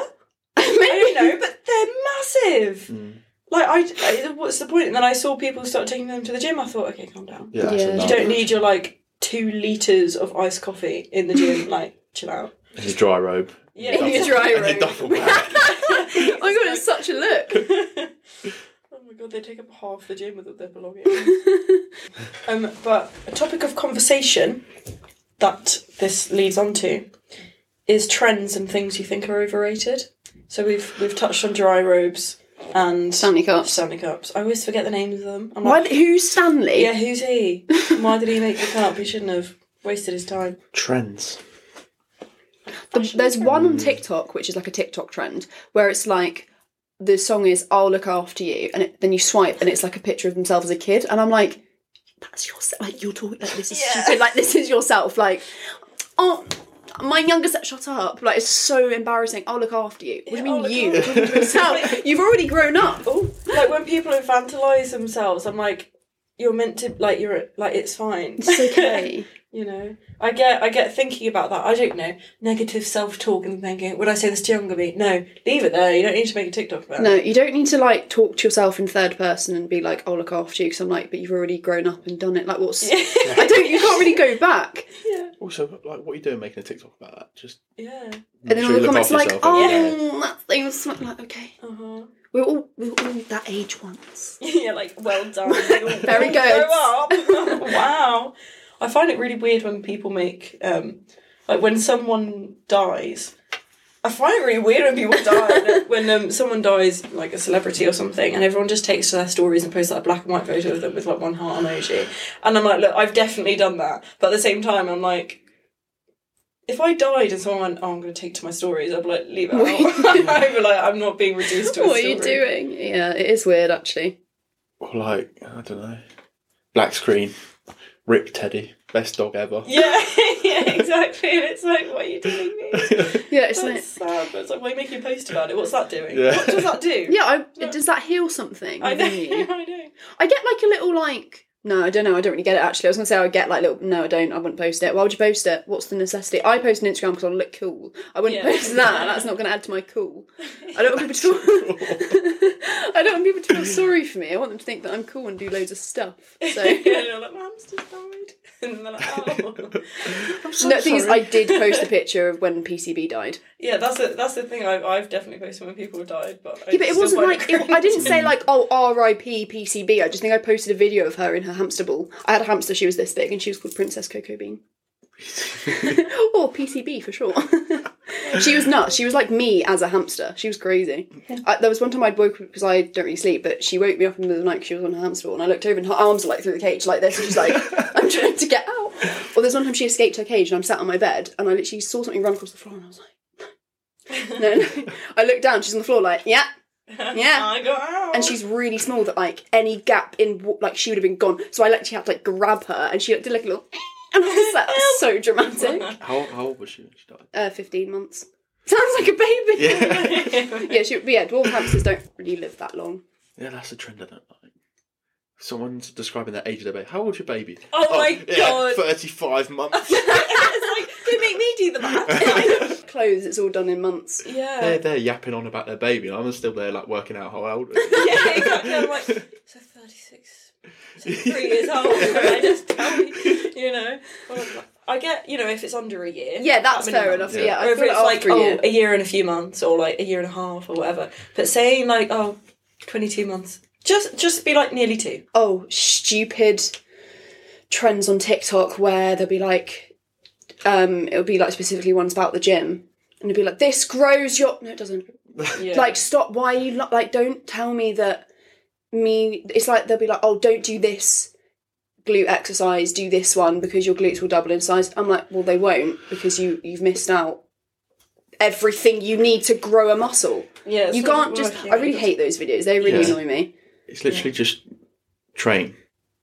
S2: I
S1: Maybe
S2: don't know, but they're massive.
S3: Mm.
S2: Like I, I- what's the point? And then I saw people start taking them to the gym. I thought, okay, calm down.
S3: Yeah, that's
S1: Yeah.
S3: a
S1: You
S2: You
S3: no.
S2: don't need your like two liters of iced coffee in the gym. like,
S1: *laughs*
S2: chill out.
S3: It's a dry robe.
S2: Yeah.
S1: In your dry
S3: and a
S1: robe.
S3: duffel
S1: *laughs*
S3: bag.
S1: Oh my god, it's such a look.
S2: oh my god, they take up half the gym with all
S1: *laughs*
S2: their belongings. *laughs* um, but a topic of conversation that this leads on to is trends and things you think are overrated. So we've we've touched on dry robes and
S1: Stanley cups.
S2: Stanley cups. I always forget the names of them. I'm
S1: Why?
S2: like,
S1: Who's Stanley?
S2: yeah, who's he? Why did he make the cup? He shouldn't have wasted his time.
S3: Trends.
S1: The- there's one on TikTok which is like a TikTok trend where it's like the song is "I'll look after you," and it, then you swipe and it's like a picture of themselves as a kid, and I'm like, that's yourself. Like you're talking like this is
S2: Yeah.
S1: stupid. Like this is yourself. Like oh. My younger set, shut up! Like it's so embarrassing. I'll look after you. What do you
S2: Yeah, I'll
S1: mean
S2: look
S1: you?
S2: after
S1: You're talking to
S2: *laughs*
S1: yourself. You've already grown up.
S2: Oh, like when people infantilise themselves, I'm like, you're meant to like you're like it's fine.
S1: It's okay.
S2: *laughs* you know i get i get thinking about that i don't know negative self-talk and thinking would i say this to younger me no leave it there you don't need to make a tiktok about
S1: No,
S2: it
S1: you don't need to like talk to yourself in third person and be like, "I'll look after you," because I'm like, but you've already grown up and done it. Like, what's? *laughs* I don't. You can't really go back.
S3: Also, like, what are you doing making a TikTok about that? Just
S2: yeah
S1: And then
S3: Sure
S1: all the
S3: you look
S1: comments
S3: after
S1: like,
S3: yourself,
S1: "Oh,
S3: yeah.
S1: that thing was sm-" like okay."
S2: uh-huh
S1: We were all we were all that age once.
S2: *laughs* yeah like well
S1: *laughs*
S2: done you all-
S1: Very
S2: you
S1: good.
S2: all grow up. *laughs* wow i find it really weird when people make um like when someone dies I find it really weird when people
S1: *laughs*
S2: die, when um, someone dies, like a celebrity or something, and everyone just takes to their stories and posts like a black and white photo of them with like one heart emoji. And I'm like, look, I've definitely done that. But at the same time, I'm like, if I died and someone went, oh, I'm going to take to my stories, I'd be like, leave it out. *laughs* I'd be like, I'm not being reduced to a
S1: What are
S2: story.
S1: you doing? Yeah, it is weird actually. "Oh."
S3: or like I don't know, black screen, rip Teddy, best dog ever.
S2: Yeah, *laughs* yeah, exactly. And it's like, what are you doing?
S1: *laughs*
S2: mate?
S1: Yeah, it's
S2: That's sad. But it's like, why are you making a post about it? What's that doing?
S3: Yeah.
S2: What does that do?
S1: like *laughs* yeah. I, Does that heal something?
S2: I know. *laughs*
S1: within you?
S2: I know.
S1: I get like a little like. No, I don't know. I don't really get it actually. I was gonna say I get like little. No, I don't. I wouldn't post it. Why would you post it? What's the necessity? I post on Instagram because I look cool. I wouldn't
S2: Yeah.
S1: post that. That's not gonna add to my cool. I don't want people to.
S3: *laughs*
S1: Feel, *laughs* I don't want people to feel sorry for me. I want them to think that I'm cool and do loads of stuff. *laughs* So.
S2: yeah, they're like, my hamster's died. *laughs* And they're
S1: *laughs*
S2: like, oh.
S1: no, the thing is, I did post a picture of when PCB died.
S2: yeah, that's the, that's the thing. I've, I've definitely posted when people have died, but. I
S1: Yeah, but it
S2: still
S1: wasn't
S2: find
S1: like
S2: *laughs*
S1: it, I didn't say like oh R.I.P. PCB. I just think I posted a video of her in her hamster ball. I had a hamster; she was this big, and she was called Princess Cocoa Bean, *laughs* or PCB for *laughs* short. she was nuts. She was like me as a hamster. She was crazy. I, there was one time I'd woke because I don't really sleep, but she woke me up in the middle of the night. 'cause She was on her hamster ball, and I looked over, and her arms were like through the cage like this. And she's like, "I'm trying to get out." Or there's one time she escaped her cage, and I'm sat on my bed, and I literally saw something run across the floor, and I was like. no, no. I look down. She's on the floor, like, yeah. Yeah.
S2: *laughs* I got out.
S1: And she's really small. That like any gap in wa- like she would have been gone. So I actually had to like grab her, and she like, did like a little. *laughs* And I was like, that's so dramatic.
S3: *laughs* How, how old was she when she died?
S1: Uh, Fifteen months. Sounds like a baby. *laughs*
S3: Yeah,
S2: Oh
S1: yeah. She, but yeah, dwarf hamsters don't really live that long.
S3: yeah, that's a trend I don't like. Someone's describing the age of their baby. How old's your baby?
S2: Oh my God.
S3: thirty-five months.
S1: *laughs*
S2: *laughs* it's like, don't make me do the math.
S1: Clothes, it's all done in months.
S3: they're,
S2: yeah.
S3: they're yapping on about their baby, and I'm still there like working out how old.
S2: *laughs*
S1: *laughs*
S2: Yeah, exactly. I'm like, so 36, so three
S1: *laughs*
S2: years old. I just tell me, you know. Well, I get, you know, if it's under a year.
S1: Yeah, that's
S2: that
S1: fair
S2: minimum.
S1: enough. Yeah,
S3: Yeah.
S1: I
S2: or if
S1: feel
S2: it's
S1: like,
S2: like
S1: after a
S2: oh
S1: year.
S2: a year and a few months or like a year and a half or whatever but saying like oh 22 months just just be like nearly two
S1: oh stupid trends on TikTok where they'll be like, um, it'll be like specifically ones about the gym, and it'll be like, this grows your no, it doesn't. Uh, Like, stop. Why are you not like? Don't tell me that me. It's like they'll be like, oh, don't do this glute exercise. Do this one because your glutes will double in size. I'm like, well, they won't because you you've missed out everything you need to grow a muscle.
S2: yeah
S1: you can't just. I really hate those videos. They really
S3: Yeah.
S1: annoy me.
S3: It's literally just train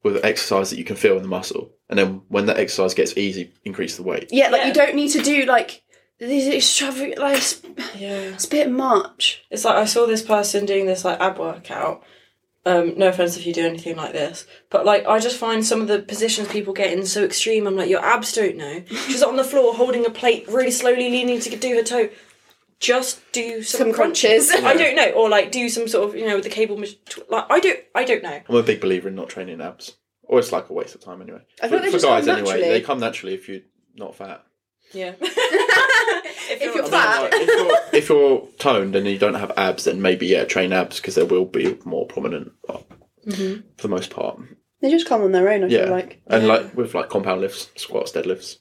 S3: with exercise that you can feel in the muscle. and then when that exercise gets easy, increase the weight.
S1: Yeah, like
S2: Yeah.
S1: you don't need to do like these extravagant. Like it's,
S2: Yeah.
S1: it's a bit much.
S2: It's like I saw this person doing this like ab workout. Um, no offense if you do anything like this, but like I just find some of the positions people get in so extreme. I'm like, your abs don't know.
S1: *laughs*
S2: She's on the floor holding a plate, really slowly leaning to do her toe. Just do some,
S1: Some crunches.
S2: *laughs* I don't know, or like do some sort of you know with the cable. mach- tw- Like I don't, I don't know.
S3: I'm a big believer in not training abs, or it's like a waste of time anyway.
S1: I feel
S3: For-
S1: they
S3: for
S1: just come
S3: guys anyway,
S1: naturally.
S3: they come naturally if you're not fat.
S2: *laughs* Yeah.
S1: If you're
S3: I mean,
S1: fat.
S3: like, if, you're, if you're toned and you don't have abs, then maybe yeah, train abs because they will be more prominent uh, for the most part.
S1: They just come on their own. I
S3: Yeah,
S1: feel Mm-hmm. like.
S3: and like with like compound lifts, squats, deadlifts,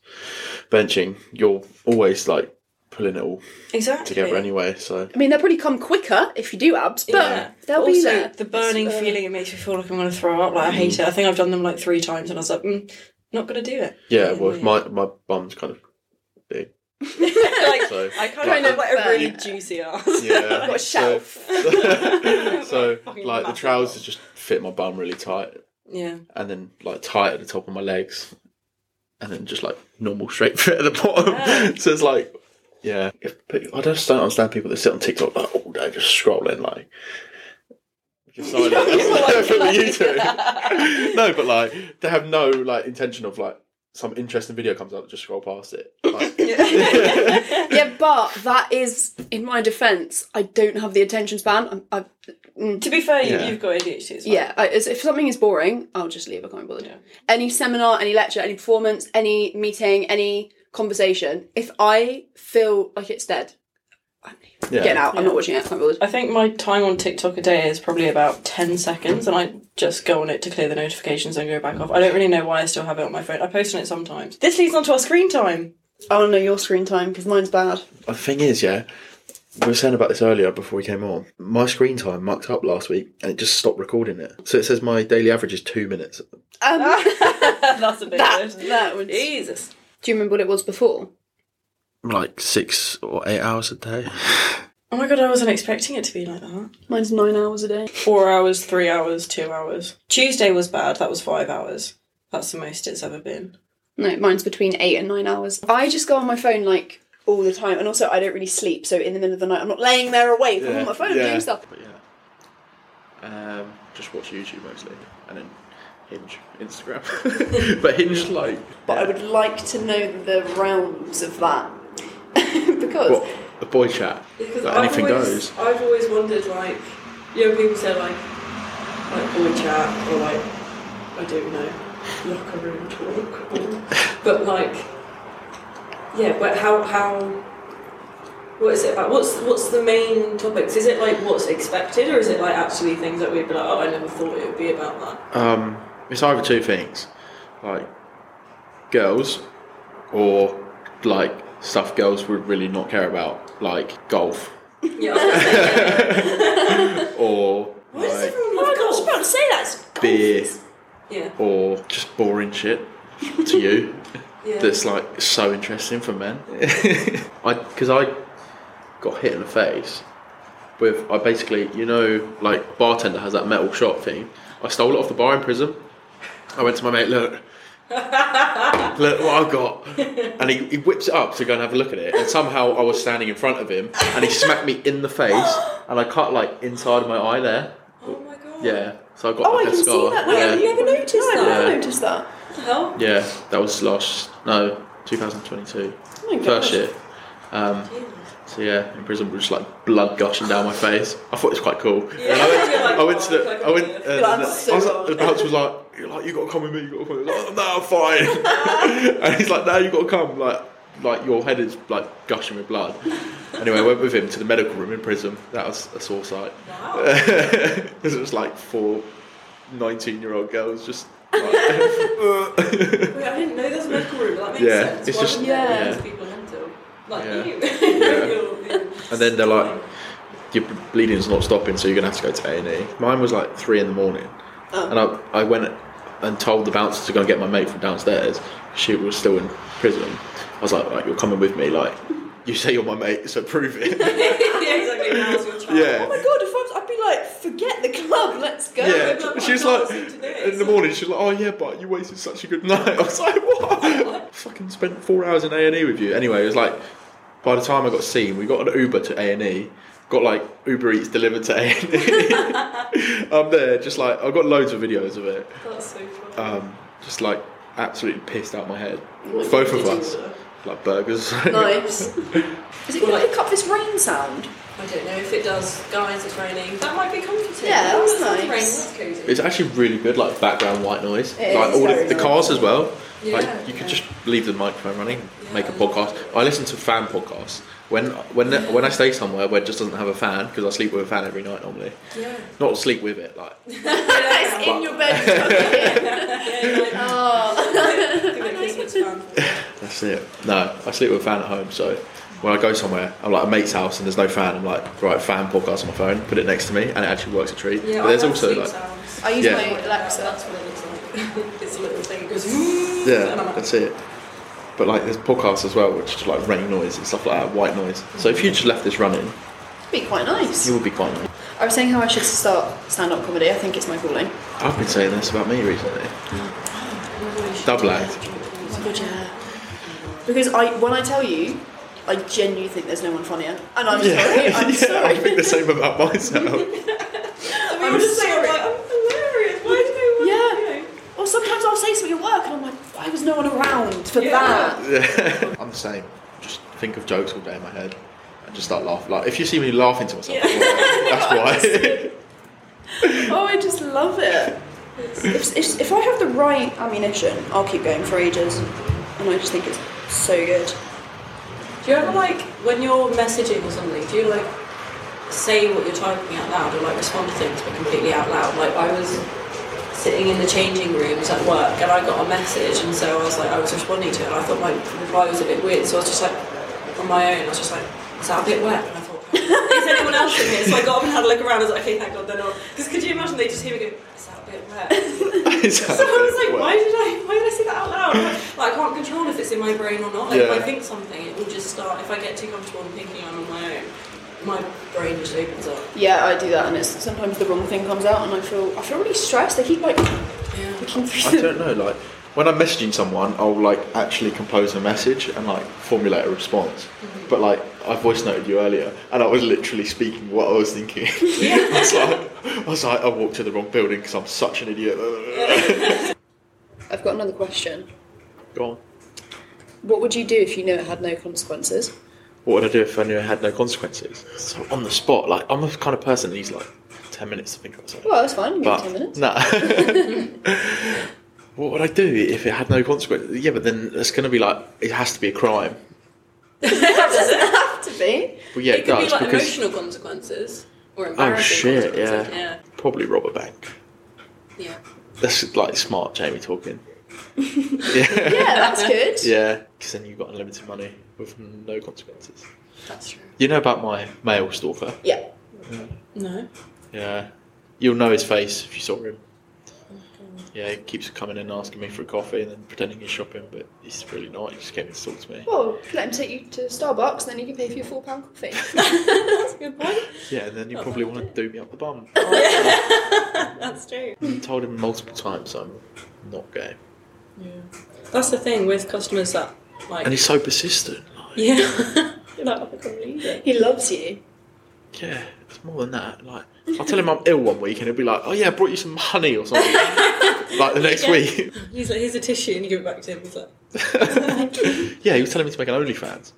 S3: benching, you're always like pulling it all
S2: exactly
S3: together anyway. So
S1: I mean, they'll probably come quicker if you do abs, but
S2: Yeah.
S1: they'll
S2: also,
S1: be there.
S2: The burning
S1: It's, uh,
S2: feeling it makes me feel like I'm going to throw up. Like I hate it. I think I've done them like three times, and I was like, mm, not going to do it. *laughs*
S3: yeah, well,
S2: yeah.
S3: my my bum's kind of big,
S2: like
S3: so
S2: I kind
S3: Kind
S2: of have
S1: of
S2: like a
S1: fair.
S2: really juicy ass.
S3: *laughs* yeah,
S1: Got a
S3: *laughs* so-
S1: shelf.
S3: so
S2: Fucking
S3: like the
S2: massive
S3: trousers just fit my bum really tight,
S2: yeah.
S3: and then like tight at the top of my legs, and then just like normal straight *laughs* fit at the bottom.
S2: Yeah.
S3: so it's like, yeah, if, but I just don't understand people that sit on TikTok like all day just scrolling like. Just like that. *laughs* That's what you do. no, but like they have no like intention of like some interesting video comes up, just scroll past it. Like,
S1: yeah, but that is, in my defence, I don't have the attention span. I, I,
S2: To be fair,
S3: Yeah.
S2: you, you've got ADHD. It's fine.
S1: yeah, I, as- if something is boring, I'll just leave. I can't be bothered. Any seminar, any lecture, any performance, any meeting, any conversation, if I feel like it's dead, I'm
S3: yeah.
S1: getting out. I'm not watching it. I can't be bothered.
S2: I think my time on TikTok a day is probably about 10 seconds, and I just go on it to clear the notifications and go back off. I don't really know why I still have it on my phone. I post on it sometimes. This leads on to our screen time.
S1: I want to know your screen time because mine's bad.
S3: The thing is, yeah, we were saying about this earlier before we came on. My screen time mucked up last week and it just stopped recording it. So it says my daily average is two minutes.
S1: Um,
S2: *laughs*
S1: *laughs*
S2: That's a bit
S1: that,
S2: weird.
S1: that would. Do
S2: Jesus.
S1: you remember what it was before?
S3: Like six or eight hours a day.
S2: Oh my god, I wasn't expecting it to be like that.
S1: Mine's nine hours a day.
S2: Four hours, three hours, two hours. Tuesday was bad, that was five hours. That's the most it's ever been.
S1: No, mine's between eight and nine hours. I just go on my phone like all the time, and also I don't really sleep. So in the middle of the night, I'm not laying there awake. I'm on my phone doing stuff.
S3: But yeah. Um, just watch YouTube mostly and then Hinge, Instagram. *laughs* but Hinge, like.
S1: But I would like to know the realms of that *laughs* because
S3: What? The boy chat. Like, anything goes.
S2: I've always wondered, like, you know, people say, like, like boy chat or like, I don't know, locker room talk, *laughs* or, but like, yeah, but how how what is it about? What's what's the main topics? Is it like what's expected, or is it like actually things that we'd be like, oh, I never thought it would be about that?
S3: Um, it's either two things, like girls, or like stuff girls would really not care about, *laughs* like golf,
S2: Yeah. *laughs* I was gonna say,
S3: or
S2: Why does
S3: like,
S1: Oh
S2: everyone love golf?
S4: about to say that.
S3: beer,
S2: Yeah.
S3: or just boring shit to
S1: *laughs*
S3: you
S2: Yeah.
S3: that's like so interesting for men. I because I got hit in the face with I basically you know like bartender has that metal shot thing. I stole it off the bar in prison. I went to my
S1: *laughs*
S3: mate, look, look what I've got. And he, he whips it up to go and have a look at it. And somehow I was standing in front of him and he smacked me in the face and I cut like inside of my eye there.
S2: Oh my god.
S3: Yeah. So I got
S1: oh, I
S3: like a
S1: can see
S3: scar.
S1: that. Now.
S3: Yeah.
S1: I've never noticed that. I've
S3: Yeah.
S1: never noticed that.
S2: What the hell?
S3: Yeah, that was last no 2022
S1: my gosh.
S3: first year. Um, so yeah, in prison, with just like blood gushing down my face. I thought it was quite cool. And I went,
S2: you're like,
S3: I went
S2: "Oh, it's
S3: to the, I went,
S2: like
S3: uh,
S2: a
S3: the,
S1: Blood
S3: the-
S1: so
S3: I was, like-
S1: hard.
S3: the bouncer was like, "You're like, you got to come with me. You got to come." With me. I was like, no, I'm
S2: *laughs*
S3: fine. and he's like, "No, you got to come." Like, like your head is like gushing with blood. Anyway, I went with him to the medical room in prison. That was a sore sight. *laughs*
S2: Wow.
S3: it was like four 19 year old girls just.
S2: *laughs*
S3: Like, *laughs*
S2: Wait, I didn't know there's a medical room. That makes
S3: Yeah,
S2: sense.
S3: it's
S2: Why
S3: just-
S2: wouldn't they
S1: yeah.
S2: let these people into? Like
S3: Yeah.
S2: you.
S3: Yeah.
S2: *laughs* You're- you're-
S3: And then
S2: *laughs*
S3: they're like, your bleeding's not stopping, so you're gonna have to go to A and E. Mine was like three in the morning, and I, I went and told the bouncer to go and get my mate from downstairs. She was still in prison. I was like, right, you're coming with me. Like, you say you're my mate, so prove it. *laughs*
S2: yeah, exactly. Now's your chance.
S3: yeah.
S2: Oh my god, if I was, I'd be like, forget the club, let's go. Blah, blah,
S3: Yeah,
S2: blah.
S3: she was
S2: Can't
S3: like,
S2: listen to this.
S3: in the morning, she was like, oh yeah, but you wasted such a good night. *laughs* I was like,
S2: *laughs*
S3: what? Fucking spent four hours in A&E with you. Anyway, it was like, by the time I got seen, we got an Uber to A&E, got like Uber Eats delivered to *laughs* A&E.
S2: *laughs*
S3: I'm there, just like, I've got loads of videos of it.
S2: That's so funny.
S3: Um, just like, absolutely pissed out my head. Uh, Both of us. Like burgers. *laughs*
S1: Nice. Is it going to pick up this rain sound?
S2: I don't know if it does. Guys, it's raining. That might be comforting.
S1: Yeah, that was
S2: sounds
S1: nice.
S2: Rain, that's cozy.
S3: It's actually really good, like background white noise.
S1: It
S3: like
S1: is
S3: all
S1: very
S3: the, the cars as well.
S2: Yeah,
S3: like you could
S2: yeah.
S3: just leave the microphone running, make a
S2: Yeah.
S3: podcast. I listen to fan podcasts. When when when I stay somewhere where it just doesn't have a fan because I sleep with a fan every night normally.
S2: Yeah.
S3: Not sleep with it,
S2: *laughs*
S3: like
S1: *laughs* It's in your bed. *laughs*
S2: *laughs* yeah,
S1: oh. *laughs*
S3: *laughs* that's it. No, I sleep with a fan at home. So when I go somewhere, I'm like a mate's house and there's no fan. I'm like right, fan podcast on my phone, put it next to me, and it actually works a treat.
S2: yeah
S3: but there's
S2: I
S3: also
S2: also
S3: like
S1: *laughs* I use
S3: Yeah.
S1: my Alexa.
S2: That's what it looks like. *laughs* it's a little thing that goes. "Ooh," *laughs*
S3: Yeah,
S2: and I'm like,
S3: that's it. But like there's podcasts as well, which is like rain noise and stuff like that, white noise. So if you just left this running,
S1: It'd be quite nice.
S3: you would be quite nice.
S1: I was saying how I should start stand-up comedy. I think it's my calling.
S3: I've been saying this about me recently. Double act.
S2: *laughs*
S1: Oh my god, yeah. Because I, when I tell you, I genuinely think there's no one funnier, and I'm sorry. I'm
S3: *laughs* yeah, I
S1: sorry.
S3: think the same
S2: *laughs*
S3: about myself.
S2: And we
S1: I'm
S2: were just saying,
S1: sorry.
S2: like, I'm hilarious. Why do no one?
S1: Yeah. Or sometimes I'll say something at work, and I'm like, why was no one around for
S2: Yeah.
S1: that?
S3: Yeah. I'm the same. Just think of jokes all day in my head and just start laughing. Like if you see me laughing to
S2: *laughs*
S3: myself, that's *laughs* why.
S1: Oh, I just love it. If, if, if I have the right ammunition, I'll keep going for ages, and I just think it's so good.
S2: Do you ever like when you're messaging or something? Do you like say what you're typing out loud or like respond to things but completely out loud? Like I was sitting in the changing rooms at work and I got a message and so I was like I was responding to it and I thought my reply was a bit weird so I was just like on my own I was just like is that a bit wet? And I thought is anyone else in here? So I got up and had a look around. I was like okay thank God they're not because could you imagine they just hear me go is that a bit wet?
S3: Is that
S2: So I was
S3: a bit
S2: like,
S3: weird?
S2: why did I why did I say that out loud? Like I can't control if it's in my brain or not. Like,
S3: Yeah.
S2: If I think something, it will just start. If I get too comfortable and thinking I'm on my own, my brain just opens
S3: *laughs*
S2: up.
S1: Yeah, I do that, and it's sometimes the wrong thing comes out, and I feel I feel really stressed. They keep like
S2: Yeah.
S1: looking
S3: I
S1: through. the-
S3: don't know. Like when I'm messaging someone, I'll like actually compose a message and like formulate a response.
S2: Mm-hmm.
S3: But like I voice noted you earlier, and I was literally speaking what I was thinking. *laughs*
S2: *laughs*
S3: I was like, I was like, I walked to the wrong building because I'm such an idiot.
S1: I've got another question.
S3: Go on.
S1: What would you do if you knew it had no consequences?
S3: What would I do if I knew it had no consequences? So on the spot, like I'm the kind of person that needs like ten minutes to think of something.
S1: Well, that's fine. You
S3: But
S1: have ten minutes.
S3: nah. *laughs* what would I do if it had no consequences? Yeah, but then it's going to be like it has to be a crime.
S1: doesn't have to
S3: *laughs*
S1: be.
S3: Well, yeah,
S2: it
S3: it,
S2: could be
S3: does
S2: like
S3: because Oh,
S2: emotional consequences or embarrassing
S3: shit,
S2: consequences.
S3: yeah.
S2: Yeah.
S3: probably rob a bank.
S2: Yeah.
S3: That's like smart
S2: *laughs*
S3: Jamie talking. yeah,
S1: Yeah, that's good.
S3: yeah, because then you've got unlimited money with no consequences.
S2: That's true.
S3: You know about my male stalker?
S1: Yeah.
S3: Mm.
S2: *laughs* No.
S3: Yeah, you'll know his face if you saw him. Yeah, he keeps coming in asking me for a coffee and then pretending he's shopping, but he's really not. He just came and stalked me.
S1: Well, let him take you to Starbucks, and then you can pay for your four pound *laughs* coffee.
S2: That's a good point.
S3: Yeah, and then you
S2: Oh,
S3: probably
S2: I
S3: want to do me up the bum.
S2: *laughs* That's true.
S3: I told him multiple times I'm not gay,
S2: That's the thing with customers that like
S3: and he's so persistent. Like,
S2: *laughs* yeah. *laughs* You're like, I can't believe it.
S1: he loves
S3: *laughs*
S1: you.
S3: Yeah, it's more than that. Like, I'll tell him I'm ill one week and he'll be like, oh yeah, I brought you some honey or something. like the next
S2: Yeah.
S3: week. *laughs*
S2: He's like, here's a tissue, and you give it back to him. He's like, *laughs*
S3: yeah, he was telling me to make an OnlyFans.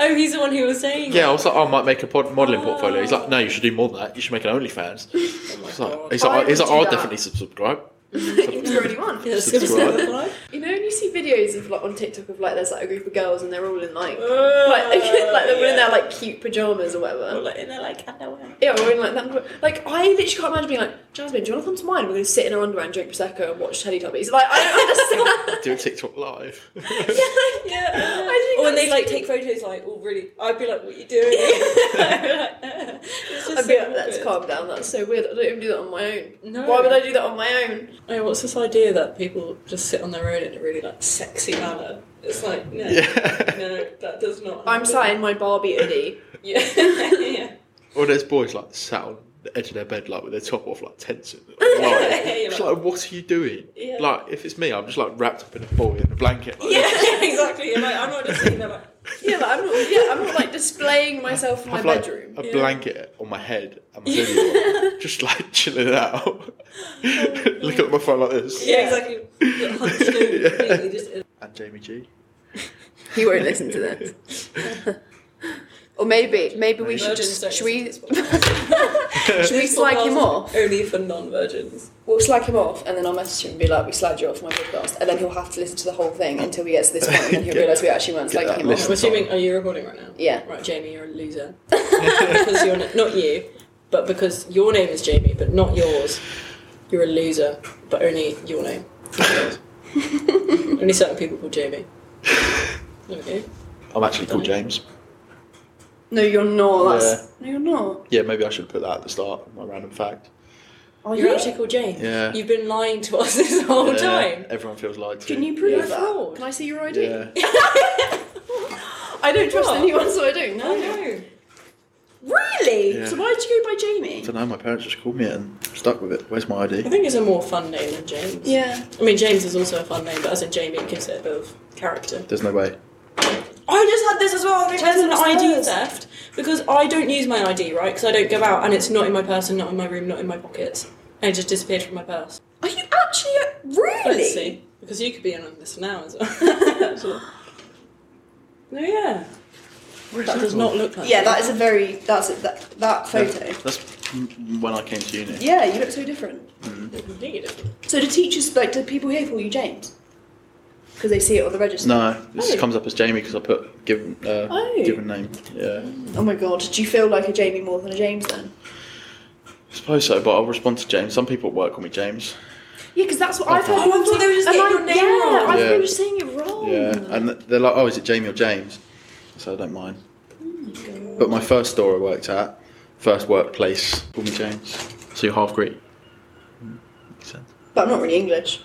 S2: oh, he's the one who was saying.
S3: Yeah, I was like, oh, I might make a pod- modelling
S2: Oh.
S3: portfolio. He's like, no, you should do more than that. You should make an
S1: *laughs*
S3: OnlyFans.
S2: that. Oh my
S3: He's like,
S2: God.
S3: he's
S1: Why
S3: like,
S1: would
S3: he's like
S1: you do
S3: I'll
S1: that?
S3: definitely subscribe.
S1: You're *laughs* only one.
S2: Yeah, that's good
S3: Subscribe.
S2: *laughs* stuff.
S1: You know, when you see videos of like on TikTok of like there's like a group of girls and they're all in like *laughs* like
S2: Uh,
S1: like they're all in
S2: yeah.
S1: their like cute pajamas or
S2: Or
S1: whatever.
S2: like, and they're like underwear.
S1: Yeah, we're in like that. Like I literally can't imagine being like Jasmine. Do you want to come to mine? We're going to sit in our underwear and drink prosecco and watch Teletubbies. Like I don't
S3: *laughs*
S1: understand.
S3: Do a
S1: *laughs*
S3: TikTok live.
S2: *laughs* Yeah.
S1: think
S2: or when they
S1: that's
S2: like take photos, like, oh, really? I'd be like, what are you *laughs* doing? *laughs* it's just
S1: I'd be
S2: so
S1: like, let's
S2: awkward.
S1: calm down. That's so weird. I don't even do that on my own.
S2: No.
S1: Why would I do that on my own?
S2: Oh, what's this idea that people just sit on their own in a really like sexy manner? It's like, no,
S3: yeah. *laughs*
S2: no, that does not.
S1: I'm
S2: *laughs*
S1: *laughs*
S2: happen.
S1: sat in my Barbie hoodie.
S2: Yeah. yeah.
S3: Or there's boys like sat on the edge of their bed, like with their top off, like tensing.
S1: *laughs*
S3: Like, it's like, what are you doing?
S2: Yeah.
S3: Like, if it's me, I'm just like wrapped up in a ball in a blanket.
S2: *laughs*
S3: Like,
S2: Yeah, *laughs* exactly. You're like, I'm not just sitting there like,
S1: Yeah, like, I'm not. Yeah, I'm not like displaying myself in my
S3: I've, like,
S1: bedroom.
S3: a
S2: yeah.
S3: blanket on my head and my
S1: *laughs*
S3: hoodie on, just like chilling
S1: Oh
S3: out. *laughs* Look at my phone like this.
S2: yeah, exactly. You're hunched over
S3: *laughs* Yeah.
S2: completely, just in-
S3: And Jamie G.
S1: He won't listen to this.
S3: *laughs*
S1: or maybe, maybe we should
S2: Virgins
S1: just
S2: don't
S1: should we
S2: listen to
S1: *laughs*
S2: this
S1: should we slag him off?
S2: Only for non-virgins.
S1: We'll slag him off, and then I'll message him and be like, "We slagged you off my podcast," and then he'll have to listen to the whole thing until he gets to this point, and then he'll
S3: *laughs* Get-
S1: realise we actually weren't
S3: get
S1: slagging
S3: that
S1: him
S3: listen.
S1: off.
S2: I'm assuming. Are you recording right now?
S1: Yeah.
S2: Right, Jamie, you're a *laughs* loser because you're not, not you, but because your name is Jamie, but not yours. You're a loser, but only your name. not yours. only certain people called Jamie. There we go.
S3: I'm actually called James.
S1: No, you're not.
S3: Yeah.
S1: That's, No, you're not.
S3: Yeah, maybe I should put that at the start, my random fact.
S1: Are
S2: You're
S1: you?
S2: actually called James.
S3: Yeah.
S2: You've been lying to us *laughs* this whole
S3: Yeah,
S2: time.
S3: Everyone feels lied to.
S1: Can you prove
S2: You're a
S1: that?
S2: fraud.
S1: Can I see your ID?
S3: Yeah.
S1: I don't trust
S2: What?
S1: anyone, so I don't.
S2: I
S1: No.
S2: know.
S1: Really?
S3: Yeah.
S1: So why did you go by Jamie?
S3: I don't know, my parents just called me and stuck with it. Where's my
S2: I
S3: ID?
S2: think it's a more fun name than James.
S1: Yeah.
S2: I mean, James is also a fun name, but as in Jamie, it gives it a bit of character.
S3: There's no way.
S2: I just had this as well. There's
S1: Tell
S2: an
S1: us
S2: ID
S1: first.
S2: theft because I don't use my ID, right? Because I don't go out and it's not in my purse and not in my room, not in my pockets. And it just disappeared from my purse.
S1: Are you actually really?
S2: Let's see. Because you could be in on this now *laughs* as well. no, yeah. That
S1: *laughs*
S2: does not look like
S1: Yeah, that is a very that's a, that that photo.
S3: That's m- when I came to uni.
S1: Yeah, you look so different.
S2: Completely different.
S1: So do teachers like do people here call you James? Because they see it on the register.
S3: No, this
S2: Oh.
S3: comes up as Jamie because I put given uh,
S2: Oh.
S3: given name. Yeah,
S1: Oh my god, do you feel like a Jamie more than a James then?
S3: I suppose so. But I'll respond to James. Some people at work call me James.
S1: Yeah, because that's what I've heard.
S2: Oh, I thought they were just
S1: And
S2: getting
S1: I-
S2: your name
S1: yeah,
S2: wrong.
S1: I thought they
S3: Yeah.
S1: were just saying it wrong.
S3: Yeah, and they're like, "Oh, is it Jamie or James?" So I don't mind.
S1: Oh
S3: but my first store I worked at, first workplace, called me James. So you're half Greek. Hmm, Makes sense.
S1: But I'm not really English.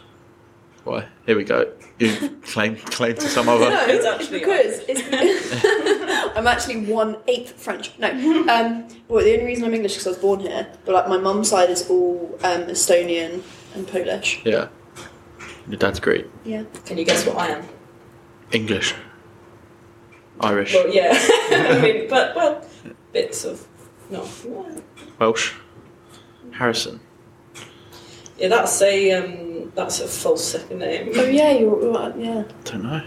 S3: Why? Here we go. You claim claim to some other.
S1: No,
S2: it's actually
S1: because it's *laughs* I'm actually one eighth French. No, um, well, the only reason I'm English is because I was born here. But like my mum's side is all um, Estonian and Polish.
S3: Yeah. Your dad's Greek.
S1: Yeah.
S2: Can you guess what I am?
S3: English. Irish.
S2: Well, yeah. *laughs* I mean, but, well, bits of. No.
S3: Welsh. Harrison.
S2: Yeah, that's a, um, that's a false second name.
S1: Oh yeah, you're, you're yeah.
S3: Don't know.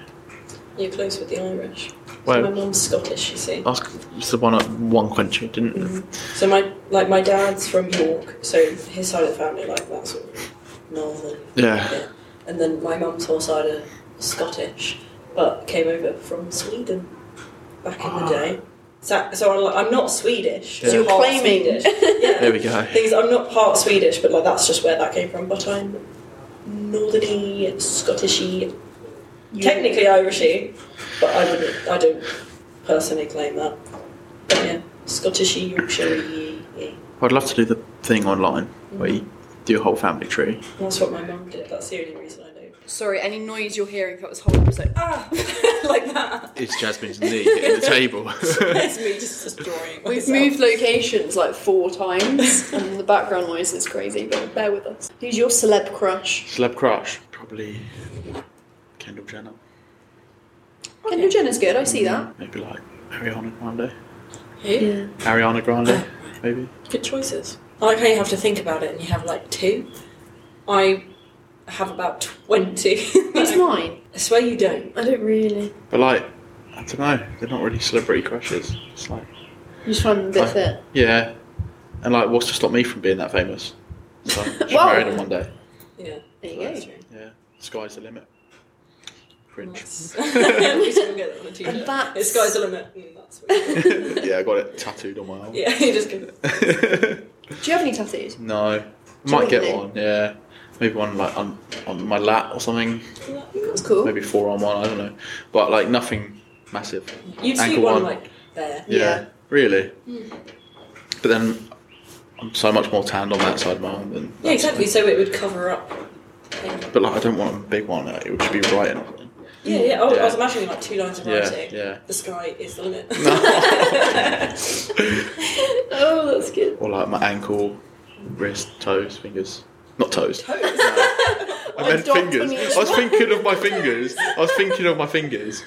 S2: You're close with the Irish. So my
S3: Well,
S2: mum's Scottish, you see.
S3: ask. It's the one at one quenching, didn't it?
S2: So my like my dad's from York, so his side of the family like that sort of northern
S3: Yeah.
S2: bit. And then my mum's whole side are Scottish, but came over from Sweden back in the day. So, so I'm, like, I'm not Swedish.
S3: So
S2: I'm
S1: Ah. you're
S2: part
S1: claiming.
S2: Swedish.
S1: *laughs*
S2: Yeah.
S3: There we go.
S2: Things I'm not part Swedish, but like that's just where that came from. But I'm northerny, Scottishy, technically Irishy, but I wouldn't. I don't personally claim that. But yeah, Scottishy, Yorkshire. E Yeah.
S3: I'd love to do the thing online where you do a whole family tree.
S2: That's what my mum did. That's the only reason I know.
S1: Sorry, any noise you're hearing throughout this whole *laughs* episode.
S2: Ah, *laughs* like that.
S3: It's Jasmine's knee hitting the table.
S2: It's me just destroying.
S1: We've
S2: myself.
S1: moved locations like four *laughs* times, and the background noise is crazy, but bear with us. Who's your celeb crush?
S3: *laughs* Celeb crush. Probably Kendall Jenner.
S1: Kendall Jenner's good, I see that.
S3: Maybe like Ariana Grande.
S2: Who?
S3: Ariana Grande, maybe.
S2: Good choices. I like how you have to think about it and you have like two. I have about *laughs* 20.
S1: Who's mine?
S2: I swear you don't.
S1: I don't really.
S3: But like, I don't know. They're not really celebrity crushes. It's like,
S1: You just find them a bit
S3: I-
S1: fit.
S3: yeah. And like, what's to stop me from being that famous? So, just
S1: Wow.
S3: marry them one day.
S2: Yeah.
S1: There you
S2: that's
S1: go.
S2: true.
S3: Yeah. Sky's the limit. Cringe. *laughs*
S2: That's- *laughs* we should get that on a t-shirt.
S1: And that's-
S2: It's sky's the limit. Mm, that's weird.
S3: yeah, I got it tattooed on my
S2: *laughs*
S3: arm.
S2: yeah, you just go.
S1: Do you have any tattoos?
S3: *laughs* no,
S1: want
S3: might get
S1: any?
S3: one. Yeah, maybe one like on, on my lap or something.
S1: That's cool.
S3: Maybe forearm one. I don't know, but like nothing massive.
S2: You'd see
S3: Ankle
S2: one,
S3: one.
S2: like there.
S3: Yeah,
S1: Yeah.
S3: really. But then I'm so much more tanned on that side of my arm than.
S2: Yeah,
S3: that
S2: exactly.
S3: side.
S2: So it would cover up.
S3: But like, I don't want a big one. Like, it would just be right in.
S2: Yeah, yeah. Oh, I was, I was
S3: Yeah.
S2: imagining like two lines of
S3: Yeah,
S2: writing.
S3: yeah.
S2: The sky is the limit.
S5: Oh, that's good.
S3: *laughs* Or like my ankle, wrist, toes, fingers. Not toes. *laughs* I meant
S5: don't
S3: fingers.
S5: believe
S3: I was thinking of my fingers. I was thinking of my fingers.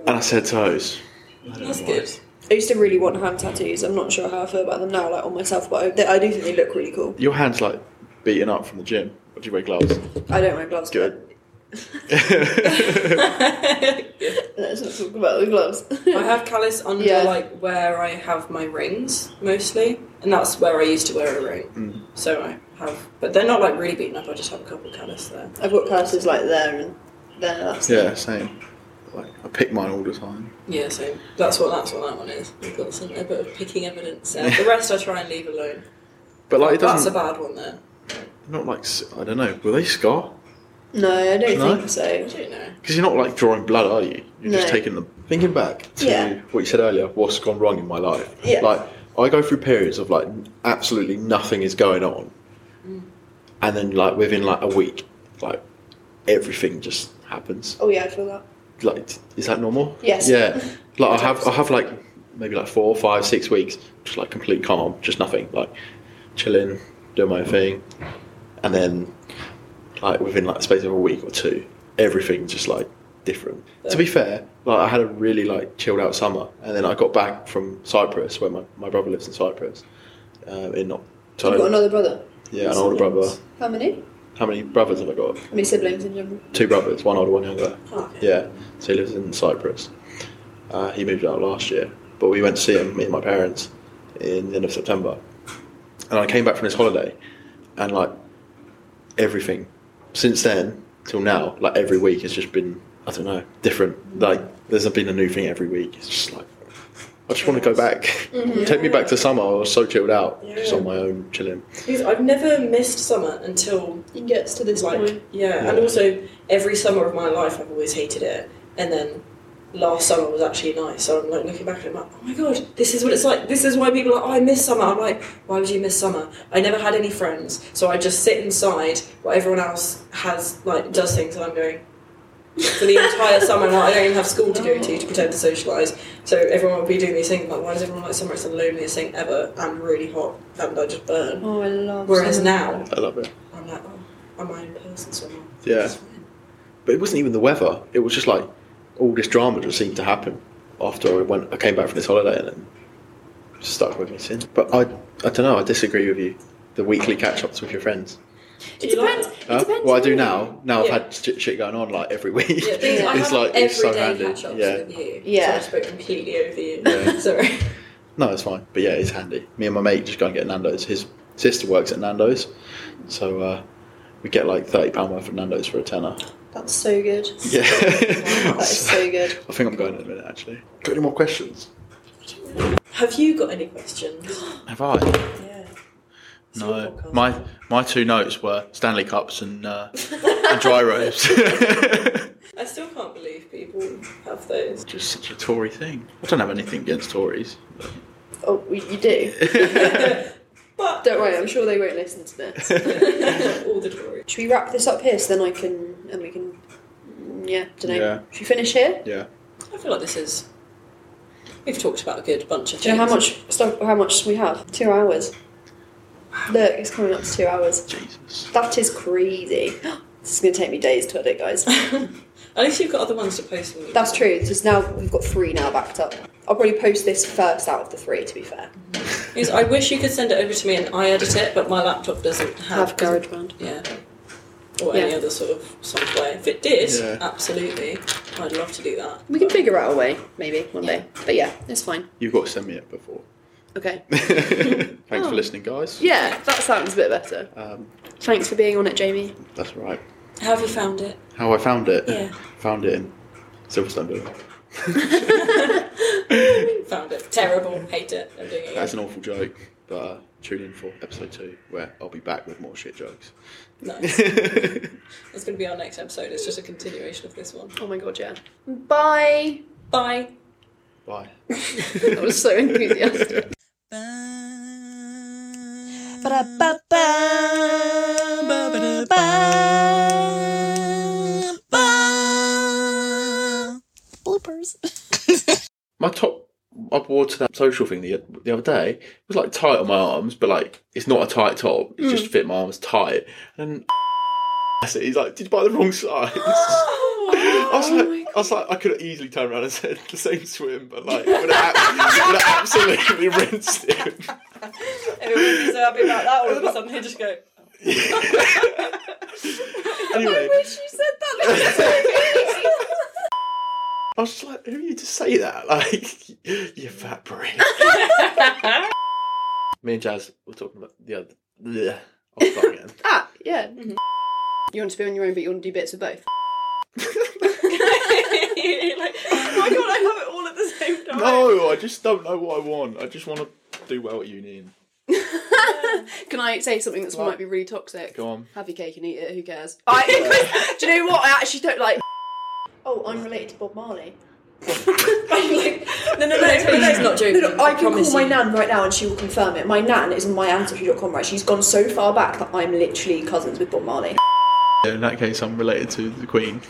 S3: And I said toes. I don't
S2: *laughs* That's
S3: know why.
S2: good. *laughs*
S1: I used to really want hand tattoos. I'm not sure how I feel about them now, like on myself, but I, they, I do think they look really cool.
S3: Your hand's like beaten up from the gym. Or do you wear gloves?
S1: I don't wear gloves.
S3: Good.
S2: *laughs*
S1: but Let's not talk about the *laughs* gloves.
S2: I have callus under
S5: Yeah.
S2: like where I have my rings mostly, and that's where I used to wear a ring.
S3: Mm.
S2: So I have, but they're not like really beaten up. I just have a couple callus there.
S1: I've got classes like there and there. That's
S3: yeah, same. Like I pick mine all the time.
S2: Yeah, so that's what that's what that one is. We've got some a bit of picking evidence. There. the rest I try and leave alone.
S3: But like it
S2: that's a
S3: doesn't.
S2: bad one there.
S3: Not like s- I don't know. Will they scar?
S1: No, I don't
S3: No?
S1: think
S2: I
S1: so.
S2: don't know.
S3: Because you're not like drawing blood, are you? You're just
S1: No.
S3: taking them. Thinking back to
S1: Yeah.
S3: what you said earlier, what's gone wrong in my life?
S1: Yeah.
S3: Like I go through periods of like absolutely nothing is going on,
S1: Mm.
S3: and then like within like a week, like everything just happens.
S1: Oh yeah, I feel that.
S3: Like t- is that normal?
S1: Yes. *laughs*
S3: Yeah. Like I have I have like maybe like four, five, six weeks just like complete calm, just nothing, like chilling, doing my own thing, and then like within like the space of a week or two, everything just like different. To be fair, like I had a really like chilled out summer, and then I got back from Cyprus, where my, my brother lives in Cyprus, uh, in
S1: You've got
S3: October.
S1: another brother.
S3: Yeah, an older brother.
S1: How many?
S3: How many brothers have I got?
S1: How many siblings in general?
S3: Two brothers, one older, one younger.
S2: Oh, okay.
S3: Yeah, so he lives in Cyprus. Uh, he moved out last year, but we went to see him, me and my parents, in the end of September. And I came back from this holiday, and like everything since then till now, like every week has just been, I don't know, different. Like there's been a new thing every week. It's just like, I just want to go back.
S1: Mm-hmm.
S3: Take me back to summer. I was so chilled out, just on my own, chilling.
S2: Because I've never missed summer until
S1: It gets to this *laughs*
S2: like
S1: point.
S2: yeah, and
S3: Yeah.
S2: also every summer of my life I've always hated it, and then last summer was actually nice. So I'm like looking back and I'm like, oh my god, this is what it's like. This is why people are like, oh, I miss summer. I'm like, why would you miss summer? I never had any friends, so I just sit inside while everyone else has like does things, and I'm going. for the entire *laughs* summer, and I don't even have school to go to to pretend to socialise. So everyone would be doing these things like, why does everyone like summer? It's the loneliest thing ever, and really hot, and I just burn.
S1: *laughs* Oh, I love.
S2: Whereas
S1: summer.
S2: now,
S3: I love it.
S2: I'm like, oh, am I in person somewhere?
S3: Yeah.
S2: That's fine.
S3: but it wasn't even the weather. It was just like all this drama just seemed to happen after I went. I came back from this holiday and then just stuck with me since. But I, I don't know. I disagree with you. The weekly catch-ups with your friends.
S2: Do
S5: It
S2: you like
S5: depends.
S2: that?
S5: It
S3: Huh?
S5: depends.
S3: What I
S5: on
S3: do
S5: you.
S3: now? Now I've
S2: Yeah.
S3: had shit, shit going on like every *laughs* week.
S2: Yeah, things like,
S3: It's
S2: I
S3: like
S2: have
S3: it's so
S2: everyday
S3: handy.
S2: catch-ups
S3: Yeah.
S2: with you.
S5: Yeah.
S2: So I spoke completely over you. *laughs*
S3: Yeah.
S2: Sorry.
S3: No, it's fine. But yeah, it's handy. Me and my mate just go and get Nando's. His sister works at Nando's, so uh, we get like thirty pound worth of Nando's for a tenner.
S1: That's so good.
S3: Yeah.
S1: That is so
S3: *laughs*
S1: good.
S3: I think I'm going in a minute actually. Got any more questions?
S2: *laughs* Have you got any questions?
S1: *gasps*
S3: Have I?
S2: yeah. It's your
S3: No,
S2: podcast.
S3: my my two notes were Stanley cups and, uh, and dry *laughs* robes.
S2: I still can't believe people have
S3: *laughs*
S2: those.
S3: Just such a Tory thing. I don't have anything against Tories.
S1: Oh, you do.
S2: But
S1: Don't
S2: *laughs*
S1: worry, I'm sure they won't listen to
S3: *laughs*
S1: this.
S2: all the Tories.
S1: Should we wrap this up here so then I can and we can mm, yeah, don't know.
S3: Yeah.
S1: Should we finish here?
S3: yeah,
S2: I feel like this is. We've talked about a good bunch of
S1: Do you
S2: things.
S1: know how much stuff how much we have? Two hours. Look, it's coming up to two hours.
S3: Jesus.
S1: That is crazy. *gasps* This is gonna take me days to edit, guys. *laughs*
S2: *laughs* At least you've got other ones to post. when you-
S1: That's true. It's Just now we've got three now backed up. I'll probably post this first out of the three. To be fair,
S2: Because I wish you could send it over to me and I edit it, but my laptop doesn't have,
S1: have GarageBand.
S2: Yeah. Or
S1: Yeah.
S2: any other sort of software. If it did,
S3: Yeah.
S2: absolutely. I'd love to do that.
S1: We can figure out a way, maybe one day. But yeah, it's fine.
S3: You've got to send me it before.
S1: Okay.
S3: Thanks
S1: Oh.
S3: for listening, guys.
S1: Yeah, that sounds a bit better.
S3: Um,
S1: Thanks for being on it, Jamie.
S3: that's right.
S2: Have you found it?
S3: How I found it.
S2: Yeah.
S3: Found it in Silverstone Building.
S2: Found it. Terrible. Hate it. I'm doing it. again.
S3: That's an awful joke, but uh, tune in for episode two where I'll be back with more shit jokes. *laughs*
S2: Nice. That's going to be our next episode. It's just a continuation of this one.
S1: Oh my god, yeah. Bye.
S2: Bye.
S3: Bye.
S1: That was so enthusiastic.
S6: Ba-da-ba-ba. Ba-ba-da-ba. Ba. bloopers.
S3: My top I wore to that social thing the, the other day it was like tight on my arms, but like it's not a tight top. It
S2: Mm.
S3: just fit my arms tight. And *laughs* he's like, "Did you buy the wrong size?" *laughs*
S2: Oh,
S3: I was like, I was like, I could have easily turned around and said the same swim, but like, would
S2: *laughs*
S3: have, ab- would have absolutely rinsed him.
S2: Everyone would be so happy about that. All of a sudden, they just go. *laughs*
S3: Anyway,
S2: *laughs* you said that.
S3: I was just like, who are you to say that? *laughs* Like, you fat prick. Me and Jazz were talking about the other. Bleh. I'll start again.
S1: Ah, yeah.
S2: Mm-hmm.
S1: You want to be on your own, but you want to do bits of
S2: *laughs*
S1: both. *laughs*
S2: like, why can't oh I have it all at the same time?
S3: No, I just don't know what I want. I just want to do well at uni. And
S1: Can I say something that's might be really toxic?
S3: go on.
S1: Have your cake and eat it. Who cares? *laughs* I. do you know what? I actually
S7: *laughs*
S1: don't like. Oh, I'm related to Bob Marley.
S7: *laughs* No, no, no, no,
S2: he's not joking.
S7: No, no, I can
S2: Promise
S7: call my
S2: you.
S7: nan right now and she will confirm it. My nan is on my ancestry.com, right? She's gone so far back that I'm literally cousins with Bob Marley.
S3: In that case, I'm related to the Queen.